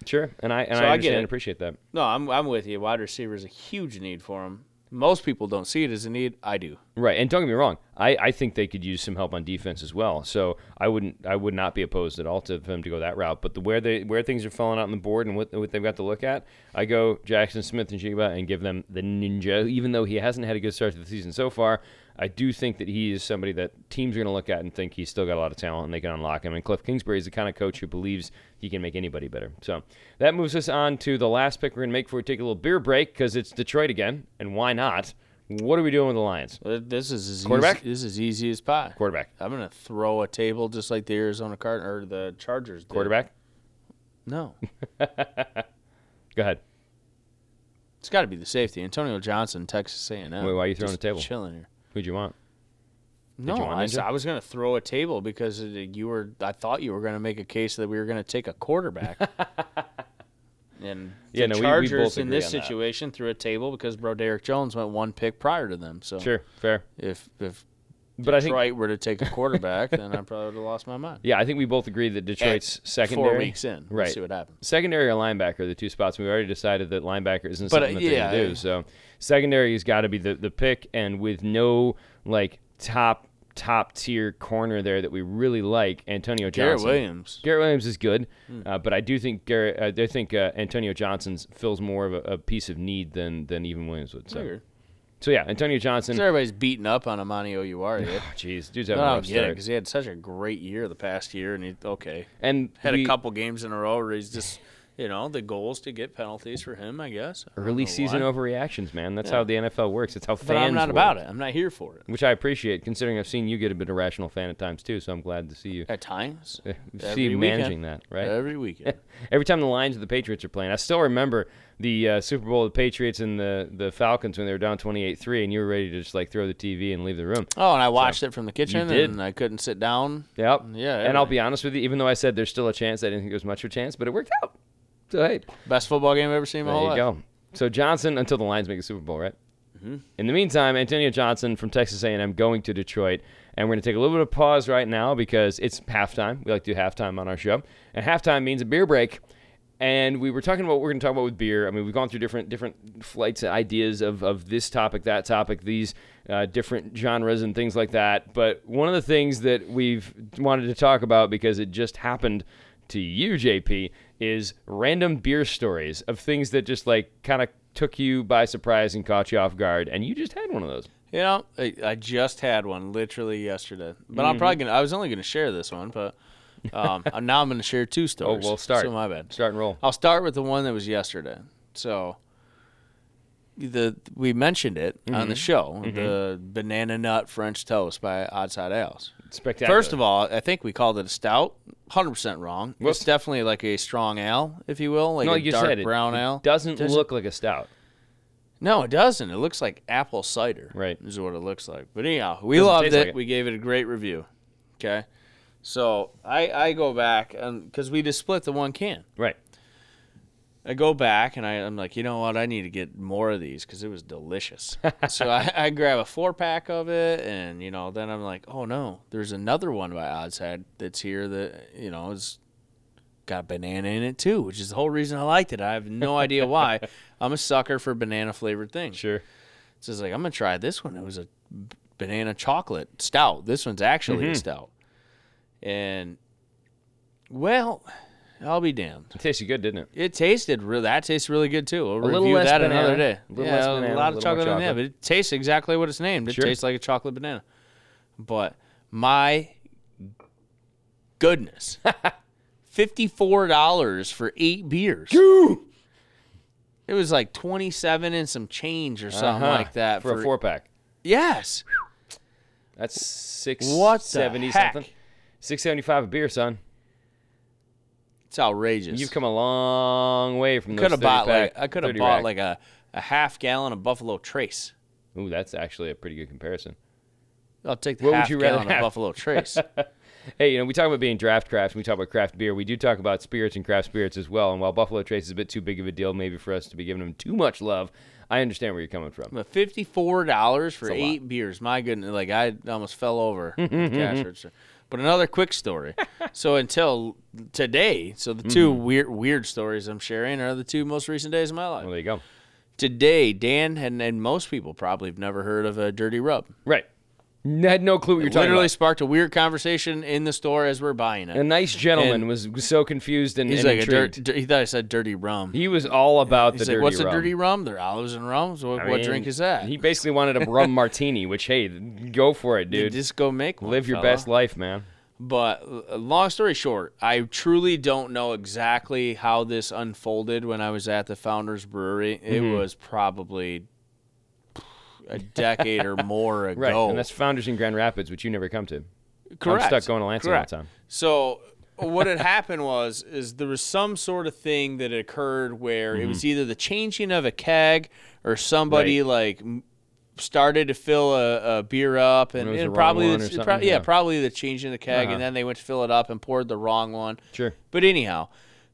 Speaker 1: Sure. And I and
Speaker 2: So
Speaker 1: I
Speaker 2: I get
Speaker 1: understand and
Speaker 2: it.
Speaker 1: appreciate that.
Speaker 2: No, I'm I'm with you. Wide receiver is a huge need for them. Most people don't see it as a need. I do.
Speaker 1: Right, and don't get me wrong. I, I think they could use some help on defense as well. So I wouldn't I would not be opposed at all to them to go that route. But the where they where things are falling out on the board and what, what they've got to look at, I go Jackson Smith and Jiba and give them the ninja. Even though he hasn't had a good start to the season so far, I do think that he is somebody that teams are going to look at and think he's still got a lot of talent and they can unlock him. And Cliff Kingsbury is the kind of coach who believes he can make anybody better. So that moves us on to the last pick we're going to make before we take a little beer break because it's Detroit again, and why not? What are we doing with the Lions?
Speaker 2: Uh, This is as
Speaker 1: Quarterback?
Speaker 2: Easy, this is easy as pie.
Speaker 1: Quarterback.
Speaker 2: I'm gonna throw a table just like the Arizona Card or the Chargers. Did.
Speaker 1: Quarterback?
Speaker 2: No,
Speaker 1: Go ahead.
Speaker 2: it's got to be the safety. Antonio Johnson, Texas A&M.
Speaker 1: Wait, why are you throwing
Speaker 2: Just
Speaker 1: a table?
Speaker 2: Chilling here.
Speaker 1: Who'd you want?
Speaker 2: No,
Speaker 1: you want
Speaker 2: I,
Speaker 1: Ninja?
Speaker 2: s- I was gonna throw a table because it, you were. I thought you were gonna make a case that we were gonna take a quarterback. and
Speaker 1: Yeah,
Speaker 2: the
Speaker 1: no, we- we
Speaker 2: Chargers
Speaker 1: both
Speaker 2: in
Speaker 1: agree
Speaker 2: this
Speaker 1: on that.
Speaker 2: situation threw a table because Broderick Jones went one pick prior to them. So
Speaker 1: Sure, fair.
Speaker 2: if if
Speaker 1: But I think-
Speaker 2: Uh, Detroit were to take a quarterback, then I probably would have lost my mind.
Speaker 1: Yeah, I think we both agree that Detroit's secondary.
Speaker 2: Four weeks in, right?
Speaker 1: Right.
Speaker 2: see what happens.
Speaker 1: Secondary or linebacker are the two spots. We already decided that linebacker isn't
Speaker 2: But, uh,
Speaker 1: something that they're
Speaker 2: yeah.
Speaker 1: gonna do. So secondary has got to be the, the pick, and with no like top top tier corner there that we really like, Antonio
Speaker 2: Garrett
Speaker 1: Johnson.
Speaker 2: Williams. Hmm.
Speaker 1: Garrett Williams is good, uh, but I do think Garrett. Uh, I think uh, Antonio Johnson fills more of a, a piece of need than than even Williams would. So,
Speaker 2: Figured.
Speaker 1: so yeah, Antonio Johnson. Oh,
Speaker 2: So everybody's beating up on Amani Oruwari.
Speaker 1: Jeez, dude's
Speaker 2: I
Speaker 1: having a
Speaker 2: don't
Speaker 1: rough
Speaker 2: get it
Speaker 1: start.
Speaker 2: because he had such a great year the past year, and he okay
Speaker 1: And
Speaker 2: had
Speaker 1: we-
Speaker 2: a couple games in a row where he's just, you know, the goals to get penalties for him, I guess. I don't
Speaker 1: early
Speaker 2: know
Speaker 1: season
Speaker 2: why.
Speaker 1: overreactions, man. That's how the NFL works. It's how fans.
Speaker 2: but I'm not
Speaker 1: work.
Speaker 2: about it. I'm not here for it.
Speaker 1: which I appreciate, considering I've seen you get a bit irrational fan at times too. So I'm glad to see you
Speaker 2: At times,
Speaker 1: see you
Speaker 2: weekend.
Speaker 1: managing that. Right.
Speaker 2: Every weekend.
Speaker 1: Every time the Lions or the Patriots are playing, I still remember the uh, Super Bowl of the Patriots and the the Falcons when they were down 28-3, and you were ready to just like throw the TV and leave the room.
Speaker 2: Oh, and I watched it from the kitchen,
Speaker 1: did.
Speaker 2: and I couldn't sit down.
Speaker 1: Yep.
Speaker 2: Yeah,
Speaker 1: And I'll
Speaker 2: everything.
Speaker 1: be honest with you, even though I said there's still a chance, I didn't think there was much of a chance, but it worked out. So hey,
Speaker 2: Best football game I've ever seen in my
Speaker 1: There
Speaker 2: whole
Speaker 1: you
Speaker 2: life.
Speaker 1: go. So Johnson until the Lions make a Super Bowl, right? In the meantime, Antonio Johnson from Texas A&M going to Detroit, and we're going to take a little bit of pause right now because it's halftime. We like to do halftime on our show, and halftime means a beer break. And we were talking about what we're going to talk about with beer. I mean, we've gone through different different flights, ideas of of this topic, that topic, these uh, different genres and things like that. But one of the things that we've wanted to talk about because it just happened to you, JP, is random beer stories of things that just like kind of took you by surprise and caught you off guard, and you just had one of those.
Speaker 2: You know, I, I just had one literally yesterday, but
Speaker 1: Mm-hmm.
Speaker 2: I'm probably gonna. I was only gonna share this one, but um, and now I'm gonna share two
Speaker 1: Oh,
Speaker 2: stories.
Speaker 1: well, start.
Speaker 2: So my bad.
Speaker 1: Start and roll.
Speaker 2: I'll start with the one that was yesterday. So the we mentioned it on
Speaker 1: Mm-hmm.
Speaker 2: the show, the banana nut French toast by Outside Ales.
Speaker 1: Spectacular.
Speaker 2: First of all, I think we called it a stout. Hundred percent wrong.
Speaker 1: Whoops.
Speaker 2: It's definitely like a strong ale, if you will, like
Speaker 1: no,
Speaker 2: a
Speaker 1: you
Speaker 2: dark
Speaker 1: said it.
Speaker 2: brown
Speaker 1: it
Speaker 2: ale.
Speaker 1: doesn't, look like a stout.
Speaker 2: No, it doesn't. It looks like apple cider.
Speaker 1: Right.
Speaker 2: Is what it looks like. But anyhow, we
Speaker 1: Doesn't
Speaker 2: loved
Speaker 1: taste
Speaker 2: it.
Speaker 1: like it.
Speaker 2: We gave it a great review. Okay. So I, I go back and because we just split the one can.
Speaker 1: Right.
Speaker 2: I go back and I, I'm like, you know what? I need to get more of these because it was delicious. so I, I grab a four pack of it, and you know, then I'm like, oh no, there's another one by Oddshead that's here that you know is got banana in it too, which is the whole reason I liked it. I have no idea why. I'm a sucker for banana flavored things.
Speaker 1: Sure.
Speaker 2: So I was like, I'm gonna try this one. It was a b- banana chocolate stout. This one's actually
Speaker 1: Mm-hmm.
Speaker 2: a stout. And well, I'll be damned.
Speaker 1: It tasted good, didn't it?
Speaker 2: It tasted really. That tastes really good too. We'll
Speaker 1: little
Speaker 2: review
Speaker 1: less
Speaker 2: that
Speaker 1: banana,
Speaker 2: another day.
Speaker 1: a little
Speaker 2: yeah,
Speaker 1: less banana, a
Speaker 2: a lot of
Speaker 1: little more
Speaker 2: chocolate in there, but
Speaker 1: chocolate.
Speaker 2: it tastes exactly what it's named. It
Speaker 1: Sure.
Speaker 2: tastes like a chocolate banana. But my goodness, fifty-four dollars for eight beers. It was like twenty-seven and some change or something
Speaker 1: Uh-huh.
Speaker 2: like that
Speaker 1: for, a four pack.
Speaker 2: Yes.
Speaker 1: That's six
Speaker 2: What the
Speaker 1: seventy
Speaker 2: heck?
Speaker 1: something. Six seventy five a beer, son.
Speaker 2: It's outrageous.
Speaker 1: You've come a long way from those
Speaker 2: could have bought
Speaker 1: 30
Speaker 2: like
Speaker 1: pack-
Speaker 2: I could have
Speaker 1: 30
Speaker 2: bought
Speaker 1: rack.
Speaker 2: like a, a half gallon of Buffalo Trace.
Speaker 1: Ooh, that's actually a pretty good comparison.
Speaker 2: I'll take the
Speaker 1: What would
Speaker 2: half
Speaker 1: you rather
Speaker 2: gallon of
Speaker 1: have?
Speaker 2: Buffalo Trace.
Speaker 1: Hey, you know, we talk about being draft craft and we talk about craft beer. We do talk about spirits and craft spirits as well. And while Buffalo Trace is a bit too big of a deal, maybe for us to be giving them too much love, I understand where you're coming from.
Speaker 2: But fifty four dollars for
Speaker 1: It's a lot.
Speaker 2: eight beers. My goodness, like I almost fell over at the cash register. But another quick story. so until today, so the two
Speaker 1: Mm-hmm.
Speaker 2: weird weird stories I'm sharing are the two most recent days of my life.
Speaker 1: Well, there you go.
Speaker 2: Today, Dan and, and most people probably have never heard of a dirty rub.
Speaker 1: Right. N- Had no clue what you're talking
Speaker 2: Literally
Speaker 1: about.
Speaker 2: sparked a weird conversation in the store as we're buying it.
Speaker 1: A nice gentleman was so confused and,
Speaker 2: He's
Speaker 1: and
Speaker 2: like a
Speaker 1: intrigued.
Speaker 2: dirt, dir- he thought I said dirty rum.
Speaker 1: he was all about
Speaker 2: He's
Speaker 1: the
Speaker 2: like,
Speaker 1: dirty
Speaker 2: what's
Speaker 1: rum.
Speaker 2: a dirty rum? They're olives and rum. So what,
Speaker 1: I
Speaker 2: what
Speaker 1: mean,
Speaker 2: drink is that?
Speaker 1: He basically wanted a rum martini, which hey, go for it, dude.
Speaker 2: Just go make one.
Speaker 1: Live your
Speaker 2: fella.
Speaker 1: best life, man.
Speaker 2: But uh, long story short, I truly don't know exactly how this unfolded when I was at the Founders Brewery. It
Speaker 1: Mm-hmm.
Speaker 2: was probably a decade or more ago.
Speaker 1: Right. And that's Founders in Grand Rapids, which you never come to.
Speaker 2: Correct.
Speaker 1: I'm stuck going to Lansing
Speaker 2: Correct.
Speaker 1: all the time.
Speaker 2: So what had happened was is there was some sort of thing that had occurred where it
Speaker 1: Mm-hmm.
Speaker 2: was either the changing of a keg or somebody like m- started to fill a, a beer up and,
Speaker 1: it was
Speaker 2: and
Speaker 1: the wrong
Speaker 2: probably
Speaker 1: one
Speaker 2: the-
Speaker 1: or
Speaker 2: it prob-
Speaker 1: something,
Speaker 2: yeah,
Speaker 1: yeah. Uh-huh.
Speaker 2: probably the changing of the keg and then they went to fill it up and poured the wrong one.
Speaker 1: Sure.
Speaker 2: But anyhow,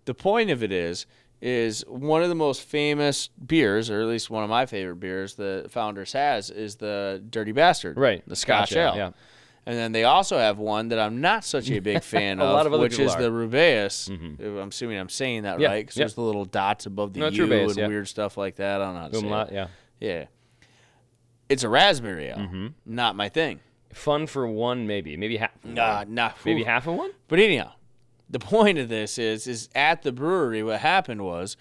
Speaker 2: the point of it is is one of the most famous beers, or at least one of my favorite beers the Founders has is the Dirty Bastard.
Speaker 1: Right.
Speaker 2: The Scotch,
Speaker 1: Scotch ale,
Speaker 2: Ale.
Speaker 1: yeah.
Speaker 2: And then they also have one that I'm not such a big fan
Speaker 1: A
Speaker 2: of,
Speaker 1: lot of other
Speaker 2: which
Speaker 1: people
Speaker 2: is
Speaker 1: are. Mm-hmm.
Speaker 2: the Rubeus. I'm assuming I'm saying that
Speaker 1: Yeah,
Speaker 2: right because
Speaker 1: yeah.
Speaker 2: there's the little dots above the
Speaker 1: No, it's
Speaker 2: U
Speaker 1: Rubeus,
Speaker 2: and
Speaker 1: yeah.
Speaker 2: weird stuff like that. I don't know. How to say it.
Speaker 1: Umlaut, yeah. Mm-hmm.
Speaker 2: Yeah. It's a raspberry ale. Not my thing.
Speaker 1: Fun for one, maybe, maybe half. of
Speaker 2: Nah,
Speaker 1: one.
Speaker 2: nah.
Speaker 1: maybe
Speaker 2: whew.
Speaker 1: half of one.
Speaker 2: But anyhow, the point of this is is at the brewery what happened was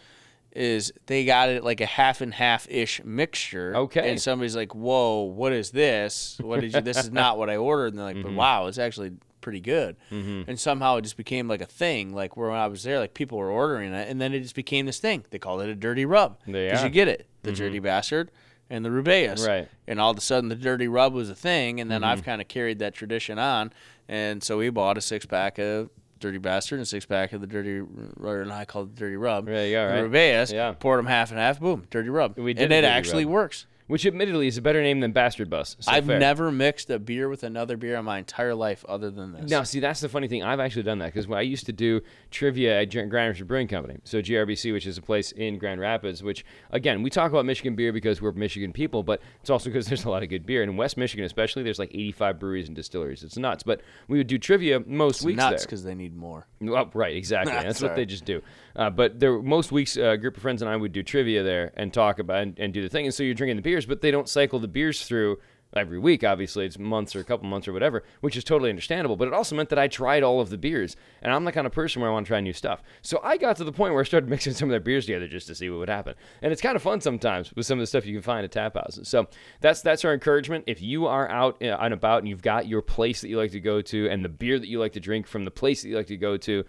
Speaker 2: is they got it like a half and half ish mixture.
Speaker 1: Okay.
Speaker 2: And somebody's like, Whoa, what is this? What did you this is not what I ordered and they're like, But
Speaker 1: Mm-hmm.
Speaker 2: wow, it's actually pretty good. And somehow it just became like a thing. Like where when I was there, like people were ordering it and then it just became this thing. They called it a dirty rub.
Speaker 1: They
Speaker 2: Because
Speaker 1: are.
Speaker 2: you get it. The dirty bastard and the rubeus
Speaker 1: Mm-hmm. Right. Mm-hmm.
Speaker 2: and all of a sudden the dirty rub was a thing and then i've kind of carried that tradition on and so we bought a six-pack of dirty bastard and a six-pack of the dirty or and i call it the dirty rub
Speaker 1: Yeah, yeah,
Speaker 2: The
Speaker 1: right.
Speaker 2: Rubeus,
Speaker 1: Yeah.
Speaker 2: poured them half and half boom dirty rub
Speaker 1: We did
Speaker 2: and
Speaker 1: a
Speaker 2: it
Speaker 1: Dirty
Speaker 2: actually
Speaker 1: Rub.
Speaker 2: works
Speaker 1: Which, admittedly, is a better name than Bastard Bus. So
Speaker 2: i've
Speaker 1: fair.
Speaker 2: never mixed a beer with another beer in my entire life other than this
Speaker 1: Now, see, that's the funny thing. I've actually done that because I used to do trivia at Grand Rapids Brewing Company, so GRBC, which is a place in Grand Rapids. Which, again, we talk about Michigan beer because we're Michigan people, but it's also because there's a lot of good beer. And in West Michigan, especially, there's like 85 breweries and distilleries. It's nuts. But we would do trivia most weeks
Speaker 2: nuts
Speaker 1: there.
Speaker 2: because they need more
Speaker 1: Well, Oh, right, exactly. That's what
Speaker 2: Sorry.
Speaker 1: they just do. Uh, but there, most weeks, uh, a group of friends and I would do trivia there and talk about and, and do the thing. And so you're drinking the beers, but they don't cycle the beers through every week. Obviously, it's months or a couple months or whatever, which is totally understandable. But it also meant that I tried all of the beers, and I'm the kind of person where I want to try new stuff. So I got to the point where I started mixing some of their beers together just to see what would happen. And it's kind of fun sometimes with some of the stuff you can find at tap houses. So that's that's our encouragement. If you are out uh, and about and you've got your place that you like to go to and the beer that you like to drink from the place that you like to go to,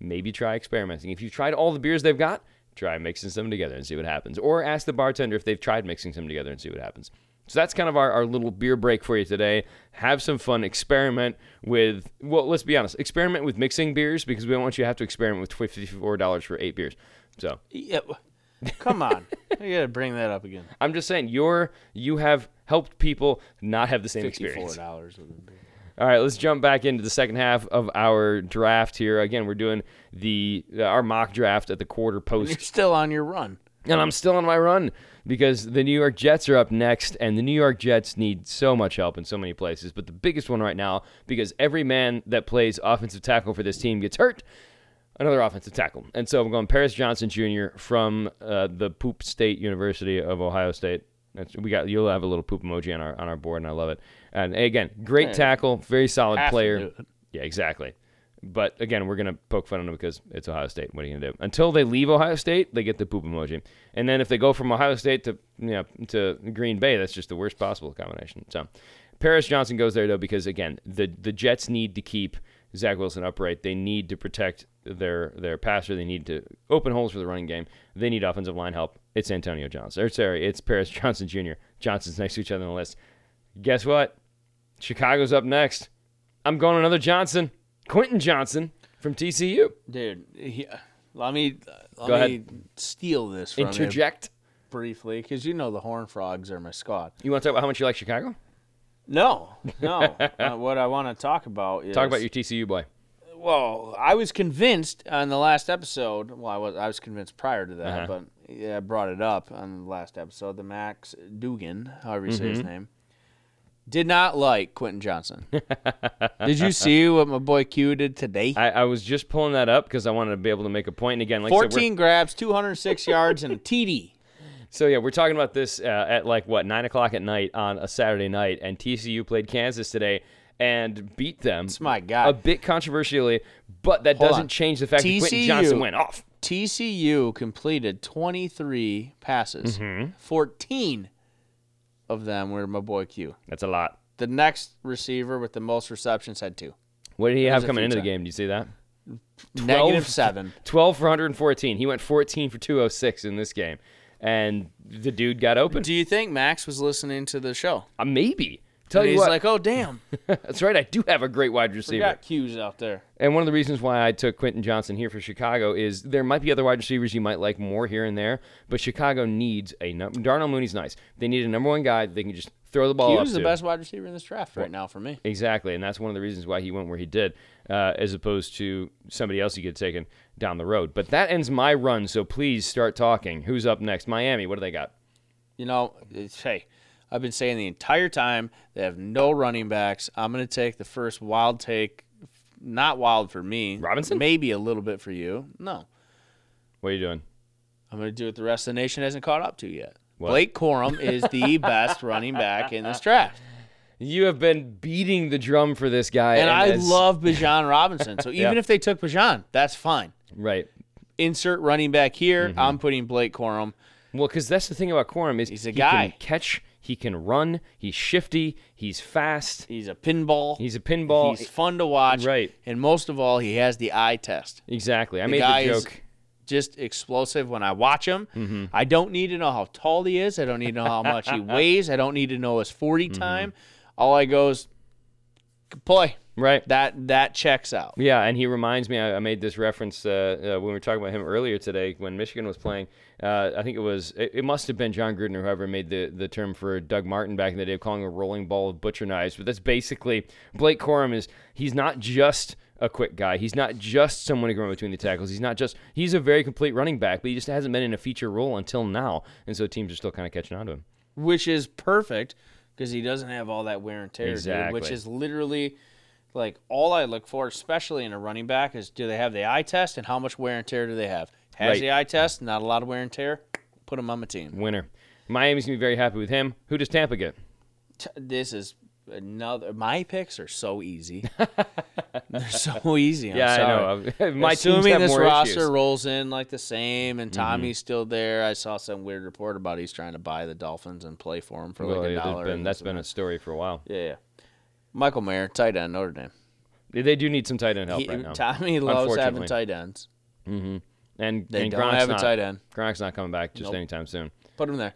Speaker 1: maybe try experimenting. If you've tried all the beers they've got, try mixing some together and see what happens. Or ask the bartender if they've tried mixing some together and see what happens. So that's kind of our, our little beer break for you today. Have some fun, experiment with, well, let's be honest, experiment with mixing beers because we don't want you to have to experiment with $54 for eight beers. So
Speaker 2: yeah, w- come on you gotta bring that up again
Speaker 1: I'm just saying, you're, you have helped people not have the same experience.
Speaker 2: $54 with a beer.
Speaker 1: All right, let's jump back into the second half of our draft here. Again, we're doing the uh, our mock draft at the quarter post
Speaker 2: you're still on your run
Speaker 1: And I'm still on my run because the New York Jets are up next, and the New York Jets need so much help in so many places. But the biggest one right now, because every man that plays offensive tackle for this team gets hurt, another offensive tackle. And so I'm going Paris Johnson Jr. from uh, the Poop State University of Ohio State. That's, we got you'll have a little poop emoji on our on our board, and I love it. And again, great tackle, very solid
Speaker 2: Have to
Speaker 1: player.
Speaker 2: do
Speaker 1: Yeah, exactly. But again, we're gonna poke fun at them because it's Ohio State. What are you gonna do? Until they leave Ohio State, they get the poop emoji, and then if they go from Ohio State to you know to Green Bay, that's just the worst possible combination. So, Paris Johnson goes there though because again, the the Jets need to keep Zach Wilson upright. They need to protect their their passer. They need to open holes for the running game. They need offensive line help. It's Antonio Johnson. Or sorry, it's Paris Johnson Jr. Johnson's next to each other on the list. Guess what? Chicago's up next. I'm going another Johnson, Quentin Johnson from TCU.
Speaker 2: Dude, he, uh, let me let
Speaker 1: Go
Speaker 2: me
Speaker 1: ahead.
Speaker 2: steal this from you
Speaker 1: Interject.
Speaker 2: briefly because you know the Horn Frogs are my squad.
Speaker 1: You want to talk about how much you like Chicago?
Speaker 2: No, no. Uh, what I want to talk about is
Speaker 1: Talk about your TCU boy.
Speaker 2: Well, I was convinced on the last episode. Well, I was I was convinced prior to that,
Speaker 1: Uh-huh.
Speaker 2: but yeah, I brought it up on the last episode. The Max Dugan, however you say
Speaker 1: Mm-hmm.
Speaker 2: his name, did not like Quentin Johnson. did you see what my boy Q did today?
Speaker 1: I, I was just pulling that up because I wanted to be able to make a point. And again, like I said, we're-
Speaker 2: 14 grabs, 206 yards, and a TD.
Speaker 1: So yeah, we're talking about this uh, at like what nine o'clock at night on a Saturday night, and TCU played Kansas today and beat them. It's
Speaker 2: my God.
Speaker 1: a bit controversially, but that
Speaker 2: Hold
Speaker 1: doesn't
Speaker 2: on.
Speaker 1: change the fact that Quentin
Speaker 2: TCU
Speaker 1: Johnson went off.
Speaker 2: TCU completed 23 passes. 14 of them were my boy Q.
Speaker 1: That's a lot.
Speaker 2: The next receiver with the most receptions had two.
Speaker 1: What did he have
Speaker 2: a
Speaker 1: coming
Speaker 2: few
Speaker 1: into the
Speaker 2: times.
Speaker 1: game? Do you see that?
Speaker 2: Negative seven.
Speaker 1: 12 for 114. He went 14 for 206 in this game, and the dude got open.
Speaker 2: Do you think Max was listening to the show?
Speaker 1: Uh, maybe. Tell
Speaker 2: and
Speaker 1: you
Speaker 2: he's
Speaker 1: what,
Speaker 2: like, oh damn,
Speaker 1: that's right. I do have a great wide
Speaker 2: we
Speaker 1: receiver.
Speaker 2: got cues out there.
Speaker 1: And one of the reasons why I took Quentin Johnson here for Chicago is there might be other wide receivers you might like more here and there, but Chicago needs a num- Darnell Mooney's nice. They need a number one guy that they can just throw the ball. up
Speaker 2: Hughes is the
Speaker 1: to.
Speaker 2: best wide receiver in this draft right now for me.
Speaker 1: Exactly, and that's one of the reasons why he went where he did, uh, as opposed to somebody else he could have taken down the road. But that ends my run, so please start talking. Who's up next? Miami. What do they got?
Speaker 2: You know, it's, hey, I've been saying the entire time they have no running backs. I'm going to take the first wild take. Not wild for me.
Speaker 1: Robinson?
Speaker 2: Maybe a little bit for you. No.
Speaker 1: What are you doing?
Speaker 2: I'm going to do what the rest of the nation hasn't caught up to yet.
Speaker 1: What?
Speaker 2: Blake Corum is the best running back in this draft.
Speaker 1: You have been beating the drum for this guy,
Speaker 2: And I
Speaker 1: it's-
Speaker 2: love Bijan Robinson. So even
Speaker 1: Yeah.
Speaker 2: if they took Bijan, that's fine.
Speaker 1: right.
Speaker 2: Insert running back here.
Speaker 1: Mm-hmm.
Speaker 2: I'm putting Blake Corum.
Speaker 1: Well, because that's the thing about Quorum is
Speaker 2: He's a
Speaker 1: he
Speaker 2: guy.
Speaker 1: can catch, he can run, he's shifty, he's fast,
Speaker 2: He's a pinball.
Speaker 1: he's a pinball.
Speaker 2: He's fun to watch.
Speaker 1: Right.
Speaker 2: And most of all, he has the eye test.
Speaker 1: exactly. I
Speaker 2: The
Speaker 1: made
Speaker 2: guy
Speaker 1: the
Speaker 2: is
Speaker 1: joke.
Speaker 2: just explosive when I watch him.
Speaker 1: Mm-hmm.
Speaker 2: I don't need to know how tall he is. I don't need to know how much he weighs. I don't need to know his 40
Speaker 1: Mm-hmm.
Speaker 2: time. All I go is "Good play.
Speaker 1: Right.
Speaker 2: That that checks out.
Speaker 1: Yeah, and he reminds me. I, I made this reference uh, uh, when we were talking about him earlier today when Michigan was playing. Uh, I think it was it, it must have been John Gruden or whoever made the, the term for Doug Martin back in the day of calling a rolling ball of butcher knives. But that's basically Blake Corum is he's not just a quick guy. He's not just someone who can run between the tackles. He's not just he's a very complete running back, but he just hasn't been in a feature role until now, and so teams are still kind of catching on to him.
Speaker 2: which is perfect because he doesn't have all that wear and tear, dude, which
Speaker 1: Exactly.
Speaker 2: is literally like all I look for, especially in a running back, is do they have the eye test and how much wear and tear do they have? Has
Speaker 1: Right.
Speaker 2: the eye test, not a lot of wear and tear, put him on my team.
Speaker 1: Winner. Miami's gonna be very happy with him. Who does Tampa get?
Speaker 2: T- This is another. My picks are so easy. They're so easy. I'm
Speaker 1: Yeah,
Speaker 2: sorry.
Speaker 1: I know. My team's
Speaker 2: Assuming
Speaker 1: have
Speaker 2: this
Speaker 1: more
Speaker 2: roster
Speaker 1: issues. Mm-hmm.
Speaker 2: rolls in like the same, and Tommy's still there. I saw some weird report about he's trying to buy the Dolphins and play for them for
Speaker 1: Well,
Speaker 2: like a
Speaker 1: yeah, there's
Speaker 2: dollar.
Speaker 1: been-
Speaker 2: and
Speaker 1: that's
Speaker 2: this
Speaker 1: been
Speaker 2: and
Speaker 1: a story for a while.
Speaker 2: Yeah, yeah. Michael Mayer, tight end, Notre Dame.
Speaker 1: They- They do need some tight end help
Speaker 2: He-
Speaker 1: right now.
Speaker 2: Tommy loves having
Speaker 1: Unfortunately.
Speaker 2: tight ends.
Speaker 1: and
Speaker 2: They
Speaker 1: and
Speaker 2: don't
Speaker 1: Gronk's
Speaker 2: have a
Speaker 1: not.
Speaker 2: tight end.
Speaker 1: Gronk's not coming back just
Speaker 2: Nope.
Speaker 1: anytime soon.
Speaker 2: Put him there.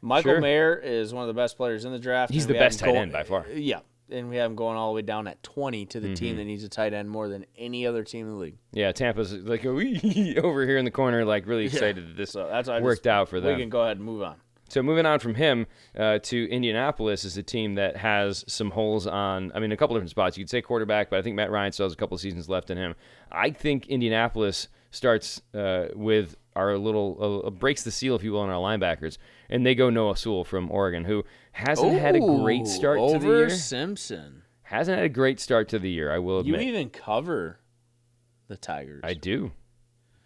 Speaker 2: Michael
Speaker 1: Sure.
Speaker 2: Mayer is one of the best players in the draft.
Speaker 1: He's
Speaker 2: and
Speaker 1: the
Speaker 2: we have
Speaker 1: best
Speaker 2: him
Speaker 1: tight
Speaker 2: going-
Speaker 1: end by far. Mm-hmm.
Speaker 2: Yeah, and we have him going all the way down at 20 to the team that needs a tight end more than any other team in the league.
Speaker 1: Yeah, Tampa's like "Wee," over here in the corner, like really excited that this
Speaker 2: So that's why I
Speaker 1: worked
Speaker 2: just-
Speaker 1: out for
Speaker 2: We
Speaker 1: them.
Speaker 2: can go ahead and move on.
Speaker 1: So moving on from him uh, to Indianapolis is a team that has some holes on. I mean, a couple different spots. You could say quarterback, but I think Matt Ryan still has a couple seasons left in him. I think Indianapolis starts uh, with our little uh, breaks the seal, if you will, on our linebackers, and they go Noah Sewell from Oregon, who hasn't had a
Speaker 2: Ooh,
Speaker 1: great start
Speaker 2: Oh, over
Speaker 1: to the year.
Speaker 2: Simpson.
Speaker 1: Hasn't had a great start to the year. I will
Speaker 2: You
Speaker 1: admit,
Speaker 2: even cover the Tigers.
Speaker 1: I do,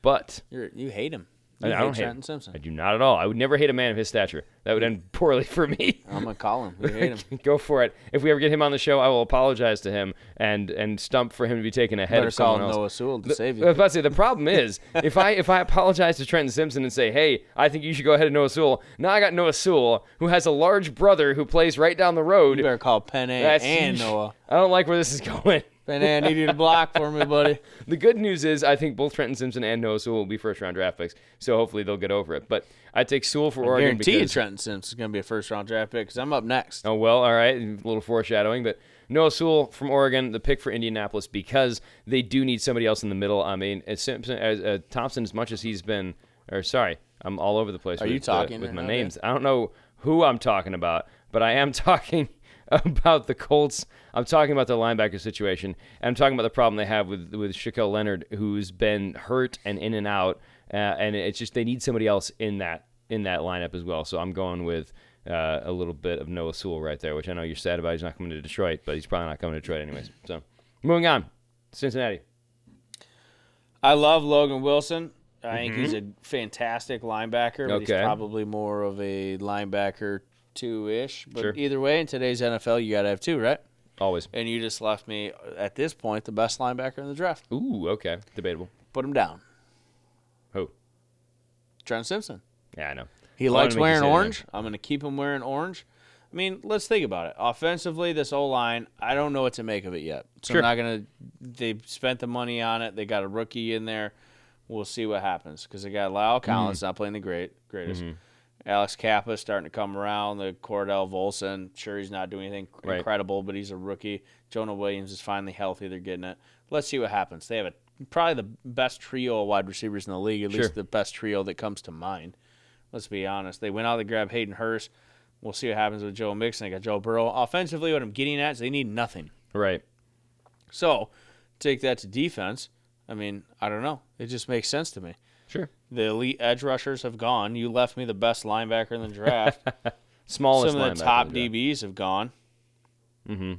Speaker 1: but
Speaker 2: You're, you hate him.
Speaker 1: I-
Speaker 2: You
Speaker 1: I
Speaker 2: hate
Speaker 1: don't hate
Speaker 2: Trenton
Speaker 1: him.
Speaker 2: Simpson.
Speaker 1: I do not at all. I would never hate a man of his stature. That would end poorly for me.
Speaker 2: I'm gonna call him. You hate him.
Speaker 1: Go for it. If we ever get him on the show, I will apologize to him and and stump for him to be taken ahead
Speaker 2: Better
Speaker 1: of someone
Speaker 2: call
Speaker 1: else.
Speaker 2: Noah Sewell to
Speaker 1: The-
Speaker 2: save
Speaker 1: I
Speaker 2: you.
Speaker 1: was about to say the problem is if I if I apologize to Trenton Simpson and say, hey, I think you should go ahead and Noah Sewell. Now I got Noah Sewell, who has a large brother who plays right down the road.
Speaker 2: You better call Penne
Speaker 1: That's-
Speaker 2: and Noah.
Speaker 1: I don't like where this is going.
Speaker 2: Penne, I need you to block for me, buddy.
Speaker 1: The good news is I think both Trenton Simpson and Noah Sewell will be first round draft picks, so hopefully they'll get over it. But I take Sewell for Oregon
Speaker 2: Guarantee you
Speaker 1: because
Speaker 2: Trenton Simpson's going to be a first round draft pick because I'm up next.
Speaker 1: Oh well, all right, a little foreshadowing, but Noah Sewell from Oregon, the pick for Indianapolis because they do need somebody else in the middle. I mean, as Simpson, as uh, Thompson, as much as he's been, or sorry, I'm all over the place.
Speaker 2: Are
Speaker 1: with,
Speaker 2: you
Speaker 1: uh,
Speaker 2: talking
Speaker 1: with
Speaker 2: right
Speaker 1: my
Speaker 2: now,
Speaker 1: names? I don't know who I'm talking about, but I am talking about the Colts. I'm talking about the linebacker situation. And I'm talking about the problem they have with with Shaquille Leonard, who's been hurt and in and out, uh, and it's just they need somebody else in that in that lineup as well. So I'm going with uh, a little bit of Noah Sewell right there, which I know you're sad about. He's not coming to Detroit, but he's probably not coming to Detroit anyways. So moving on, Cincinnati.
Speaker 2: I love Logan Wilson. I think he's a fantastic linebacker,
Speaker 1: Mm-hmm.
Speaker 2: but
Speaker 1: Okay.
Speaker 2: he's probably more of a linebacker two ish. But
Speaker 1: Sure.
Speaker 2: either way, in today's NFL, you got to have two, right?
Speaker 1: Always.
Speaker 2: And you just left me, uh, at this point, the best linebacker in the draft.
Speaker 1: Ooh, okay, debatable.
Speaker 2: Put him down.
Speaker 1: Who?
Speaker 2: Trenton Simpson.
Speaker 1: Yeah, I know.
Speaker 2: He
Speaker 1: I wanted
Speaker 2: likes
Speaker 1: to make you
Speaker 2: wearing
Speaker 1: say that.
Speaker 2: orange. I'm going to keep him wearing orange. I mean, let's think about it. Offensively, this O line, I don't know what to make of it yet. So
Speaker 1: Sure.
Speaker 2: I'm not going to. They spent the money on it. They got a
Speaker 1: Mm-hmm.
Speaker 2: rookie in there. We'll see what happens because they got Lyle Collins not playing the great greatest, Alex Kappa starting to come around. The Cordell Volson, sure he's not doing anything
Speaker 1: Right.
Speaker 2: incredible, but he's a rookie. Jonah Williams is finally healthy. They're getting it. Let's see what happens. They have a probably the best trio of wide receivers in the league, at
Speaker 1: Sure.
Speaker 2: least the best trio that comes to mind. Let's be honest. They went out to grab Hayden Hurst. We'll see what happens with Joe Mixon. They got Joe Burrow. Offensively, what I'm getting at is they need nothing.
Speaker 1: Right.
Speaker 2: So take that to defense. I mean, I don't know. It just makes sense to me.
Speaker 1: Sure.
Speaker 2: The elite edge rushers have gone. You left me the best linebacker in the draft.
Speaker 1: Smallest
Speaker 2: Some of the
Speaker 1: linebacker
Speaker 2: top
Speaker 1: in the draft. Mm-hmm.
Speaker 2: DBs have gone. Mm-hmm.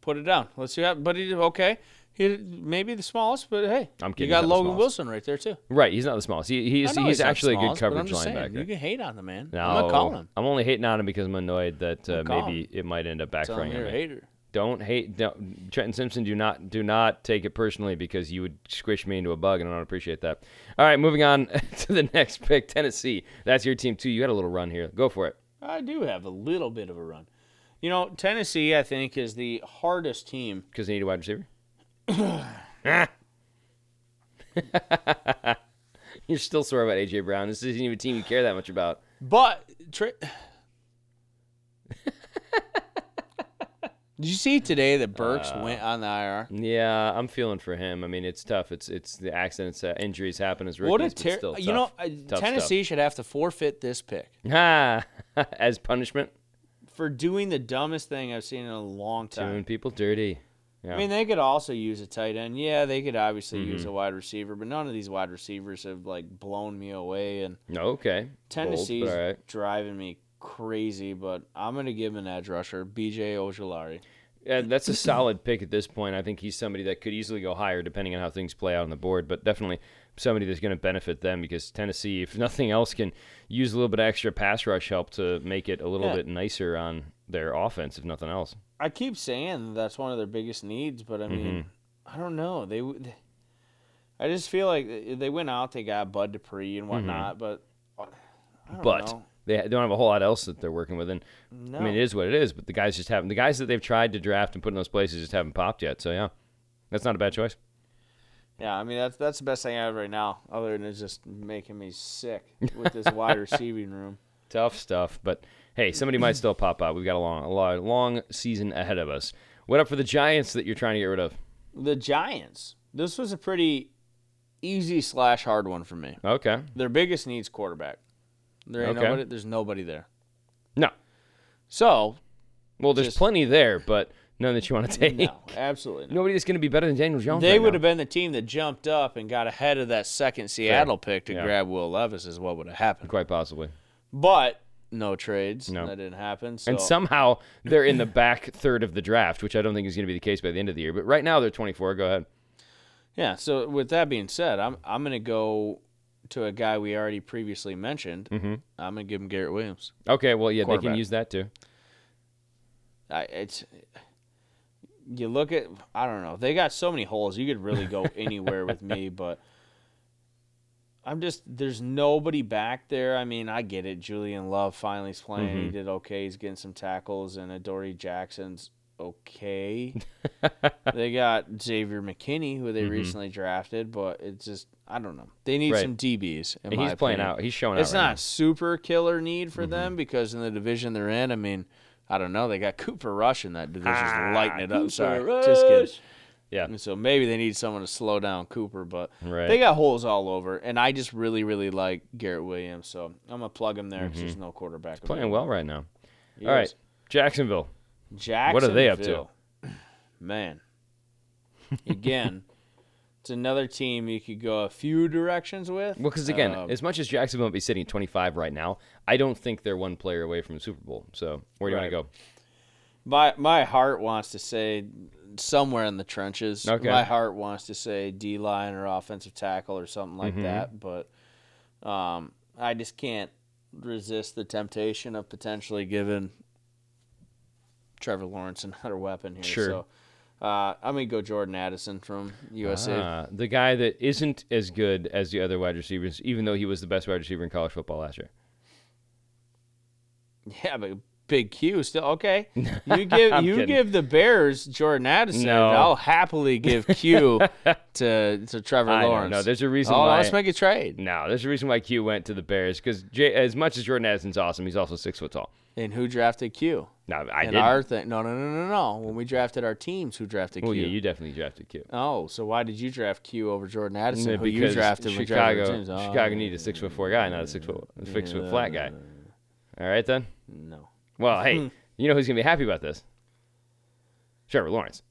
Speaker 2: Put it down. Let's see. How, but he, okay, he maybe the smallest, but hey,
Speaker 1: I'm kidding,
Speaker 2: you got
Speaker 1: he's not the
Speaker 2: Logan
Speaker 1: smallest.
Speaker 2: Wilson right there too.
Speaker 1: Right. He's not the smallest. He, he's
Speaker 2: I know
Speaker 1: he's,
Speaker 2: not
Speaker 1: actually
Speaker 2: smallest,
Speaker 1: a
Speaker 2: but
Speaker 1: good
Speaker 2: I'm
Speaker 1: coverage
Speaker 2: just saying,
Speaker 1: linebacker.
Speaker 2: you can hate on the man.
Speaker 1: no,
Speaker 2: I'm not calling him.
Speaker 1: I'm only hating on him because I'm annoyed that uh,
Speaker 2: Don't call
Speaker 1: maybe it might end up
Speaker 2: Tell him
Speaker 1: backfiring
Speaker 2: you're
Speaker 1: on
Speaker 2: a
Speaker 1: me.
Speaker 2: hater.
Speaker 1: Don't hate don't, Trenton Simpson. Do not do not take it personally because you would squish me into a bug, and I don't appreciate that. All right, moving on to the next pick, Tennessee. That's your team too. You had a little run here. Go for it.
Speaker 2: I do have a little bit of a run. You know, Tennessee, I think, is the hardest team
Speaker 1: Because they need a wide receiver. You're still sore about AJ Brown. This isn't even a team you care that much about.
Speaker 2: But Tra- Did you see today that Burks
Speaker 1: Uh,
Speaker 2: went on the IR?
Speaker 1: Yeah, I'm feeling for him. I mean, it's tough. It's it's the accidents, uh, injuries happen as rookies.
Speaker 2: What a
Speaker 1: but still
Speaker 2: terrible! You
Speaker 1: tough,
Speaker 2: know, uh,
Speaker 1: tough stuff.
Speaker 2: Tennessee should have to forfeit this pick
Speaker 1: Ha! as punishment,
Speaker 2: for doing the dumbest thing I've seen in a long time.
Speaker 1: doing people dirty. Yeah. Mm-hmm.
Speaker 2: I mean, they could also use a tight end. Yeah, they could obviously use a wide receiver, but none of these wide receivers have like blown me away. And
Speaker 1: okay.
Speaker 2: Tennessee's
Speaker 1: Bold, but all right.
Speaker 2: driving me crazy. But I'm gonna give an edge rusher, B.J. Ojolari.
Speaker 1: Yeah, that's a solid pick at this point. I think he's somebody that could easily go higher depending on how things play out on the board, but definitely somebody that's going to benefit them because Tennessee, if nothing else, can use a little bit of extra pass rush help to make it a little
Speaker 2: Yeah.
Speaker 1: bit nicer on their offense, if nothing else.
Speaker 2: I keep saying that's one of their biggest needs, but I
Speaker 1: Mm-hmm.
Speaker 2: mean, I don't know. They, w- they- I just feel like they they went out, they got Bud Dupree and whatnot, but I don't
Speaker 1: Mm-hmm. But
Speaker 2: know.
Speaker 1: they ha- don't have a whole lot else that they're working with. And
Speaker 2: no,
Speaker 1: I mean, it is what it is, but the guys just haven't, the guys that they've tried to draft and put in those places just haven't popped yet. So, yeah, that's not a bad choice.
Speaker 2: yeah, I mean that's that's the best thing I have right now, other than it's just making me sick with this wide receiving room.
Speaker 1: Tough stuff, but hey, somebody might still pop out. We've got a long, a lot, long season ahead of us. What up for the Giants that you're trying to get rid of?
Speaker 2: The Giants. This was a pretty easy slash hard one for me.
Speaker 1: Okay,
Speaker 2: Their biggest needs quarterback. There ain't
Speaker 1: Okay.
Speaker 2: nobody. There's nobody there.
Speaker 1: no,
Speaker 2: So
Speaker 1: well, there's
Speaker 2: Just-
Speaker 1: plenty there, but none that you want to take.
Speaker 2: no, absolutely not.
Speaker 1: Nobody that's going to be better than Daniel Jones.
Speaker 2: They
Speaker 1: right
Speaker 2: would
Speaker 1: now.
Speaker 2: have been the team that jumped up and got ahead of that second Seattle pick to
Speaker 1: Yeah.
Speaker 2: grab Will Levis is what would have happened.
Speaker 1: quite possibly,
Speaker 2: But no trades.
Speaker 1: No.
Speaker 2: That didn't happen. So.
Speaker 1: and somehow they're in the back third of the draft, which I don't think is going to be the case by the end of the year. But right now they're 24. Go ahead.
Speaker 2: yeah, so with that being said, I'm I'm gonna go to a guy we already previously mentioned. Mm-hmm. I'm gonna give him Garrett Williams.
Speaker 1: Okay, well, yeah, they can
Speaker 2: Quarterback.
Speaker 1: use that too.
Speaker 2: I, it's you look at I don't know. They got so many holes. You could really go anywhere with me, but I'm just there's nobody back there. I mean, I get it. Julian Love finally's playing. He
Speaker 1: Mm-hmm.
Speaker 2: did okay. He's getting some tackles, and Adoree Jackson's okay. they got Xavier McKinney, who they recently drafted, but it's just I don't know. They need
Speaker 1: Mm-hmm. Right.
Speaker 2: some DBs. In
Speaker 1: And
Speaker 2: my
Speaker 1: he's playing
Speaker 2: opinion.
Speaker 1: out. He's showing
Speaker 2: It's
Speaker 1: out. right
Speaker 2: not super killer need for
Speaker 1: Mm-hmm.
Speaker 2: them because in the division they're in, I mean, I don't know. They got Cooper Rush in that division, just lighting it up. Sorry, just kidding.
Speaker 1: Ah, Yeah.
Speaker 2: And so maybe they need someone to slow down Cooper, but
Speaker 1: Right.
Speaker 2: they got holes all over. And I just really, really like Garrett Williams, so I'm gonna plug him there because there's no quarterback.
Speaker 1: now. Playing well right now.
Speaker 2: He
Speaker 1: Mm-hmm. All right,
Speaker 2: is.
Speaker 1: Jacksonville.
Speaker 2: Jacksonville.
Speaker 1: are they up to?
Speaker 2: Man, again, it's another team you could go a few directions with.
Speaker 1: Well, because again,
Speaker 2: Um,
Speaker 1: as much as Jacksonville might be sitting at 25 right now, I don't think they're one player away from the Super Bowl. So where do you
Speaker 2: Right.
Speaker 1: want to
Speaker 2: My my heart wants to say somewhere in the trenches.
Speaker 1: Okay.
Speaker 2: My heart wants to say D line or offensive tackle or something like
Speaker 1: Mm-hmm.
Speaker 2: that, but um, I just can't resist the temptation of potentially giving Trevor Lawrence another weapon here.
Speaker 1: Sure.
Speaker 2: So uh, I'm gonna go Jordan Addison from
Speaker 1: go?
Speaker 2: USC.
Speaker 1: Ah, the guy that isn't as good as the other wide receivers, even though he was the best wide receiver in college football last year.
Speaker 2: Yeah, but Big Q still okay. You give you
Speaker 1: kidding.
Speaker 2: give the Bears Jordan Addison.
Speaker 1: No.
Speaker 2: and I'll happily give Q to to Trevor
Speaker 1: I know,
Speaker 2: Lawrence.
Speaker 1: no, there's a reason
Speaker 2: Oh,
Speaker 1: why-
Speaker 2: let's make a trade.
Speaker 1: No, there's a reason why Q went to the Bears because as much as Jordan Addison's awesome, he's also six foot tall.
Speaker 2: And who drafted Q?
Speaker 1: No, I
Speaker 2: and
Speaker 1: didn't.
Speaker 2: our thing. No, no, no, no, no. When we drafted our teams, who drafted
Speaker 1: well,
Speaker 2: Q?
Speaker 1: yeah, you definitely drafted Q.
Speaker 2: Oh, so why did you draft Q over Jordan Addison? Who you
Speaker 1: because
Speaker 2: drafted with
Speaker 1: Chicago,
Speaker 2: Jordan Addison? Oh,
Speaker 1: Chicago needed a six foot four guy, not a six foot six foot flat guy. All right then.
Speaker 2: No.
Speaker 1: Well, hey, you know who's gonna be happy about this? Trevor Lawrence.